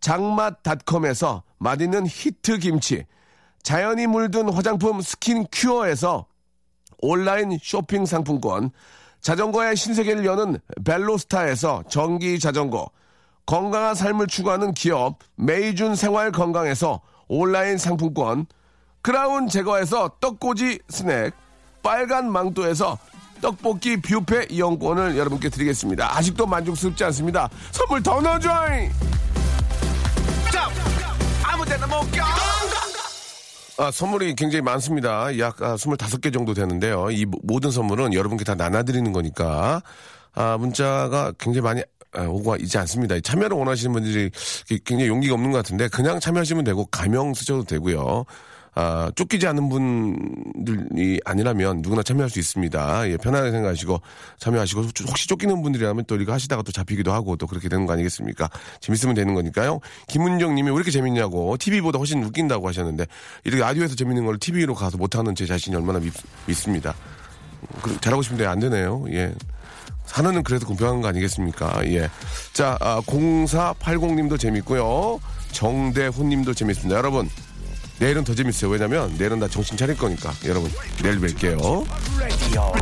B: 장맛닷컴에서 맛있는 히트 김치 자연이 물든 화장품 스킨 큐어에서 온라인 쇼핑 상품권, 자전거의 신세계를 여는 벨로스타에서 전기 자전거, 건강한 삶을 추구하는 기업 메이준 생활 건강에서 온라인 상품권, 크라운 제거에서 떡꼬지 스낵, 빨간 망토에서 떡볶이 뷔페 이용권을 여러분께 드리겠습니다. 아직도 만족스럽지 않습니다. 선물 더 넣어줘잉! 아, 선물이 굉장히 많습니다. 약 아, 25개 정도 되는데요. 이 모- 모든 선물은 여러분께 다 나눠드리는 거니까, 아, 문자가 굉장히 많이 아, 오고 있지 않습니다. 참여를 원하시는 분들이 굉장히 용기가 없는 것 같은데, 그냥 참여하시면 되고, 가명 쓰셔도 되고요. 아, 쫓기지 않은 분들이 아니라면 누구나 참여할 수 있습니다. 예, 편하게 생각하시고 참여하시고 혹시 쫓기는 분들이라면 또 이거 하시다가 또 잡히기도 하고 또 그렇게 되는 거 아니겠습니까? 재밌으면 되는 거니까요. 김은정 님이 왜 이렇게 재밌냐고 TV보다 훨씬 웃긴다고 하셨는데 이렇게 라디오에서 재밌는 걸 TV로 가서 못하는 제 자신이 얼마나 밉, 밉습니다. 그, 잘하고 싶은데 안 되네요. 예. 하나는 그래도 공평한 거 아니겠습니까? 예. 자, 아, 0480님도 재밌고요. 정대훈님도 재밌습니다. 여러분, 내일은 더 재밌어요. 왜냐면 내일은 나 정신 차릴 거니까. 여러분, 내일 뵐게요.
A: radio.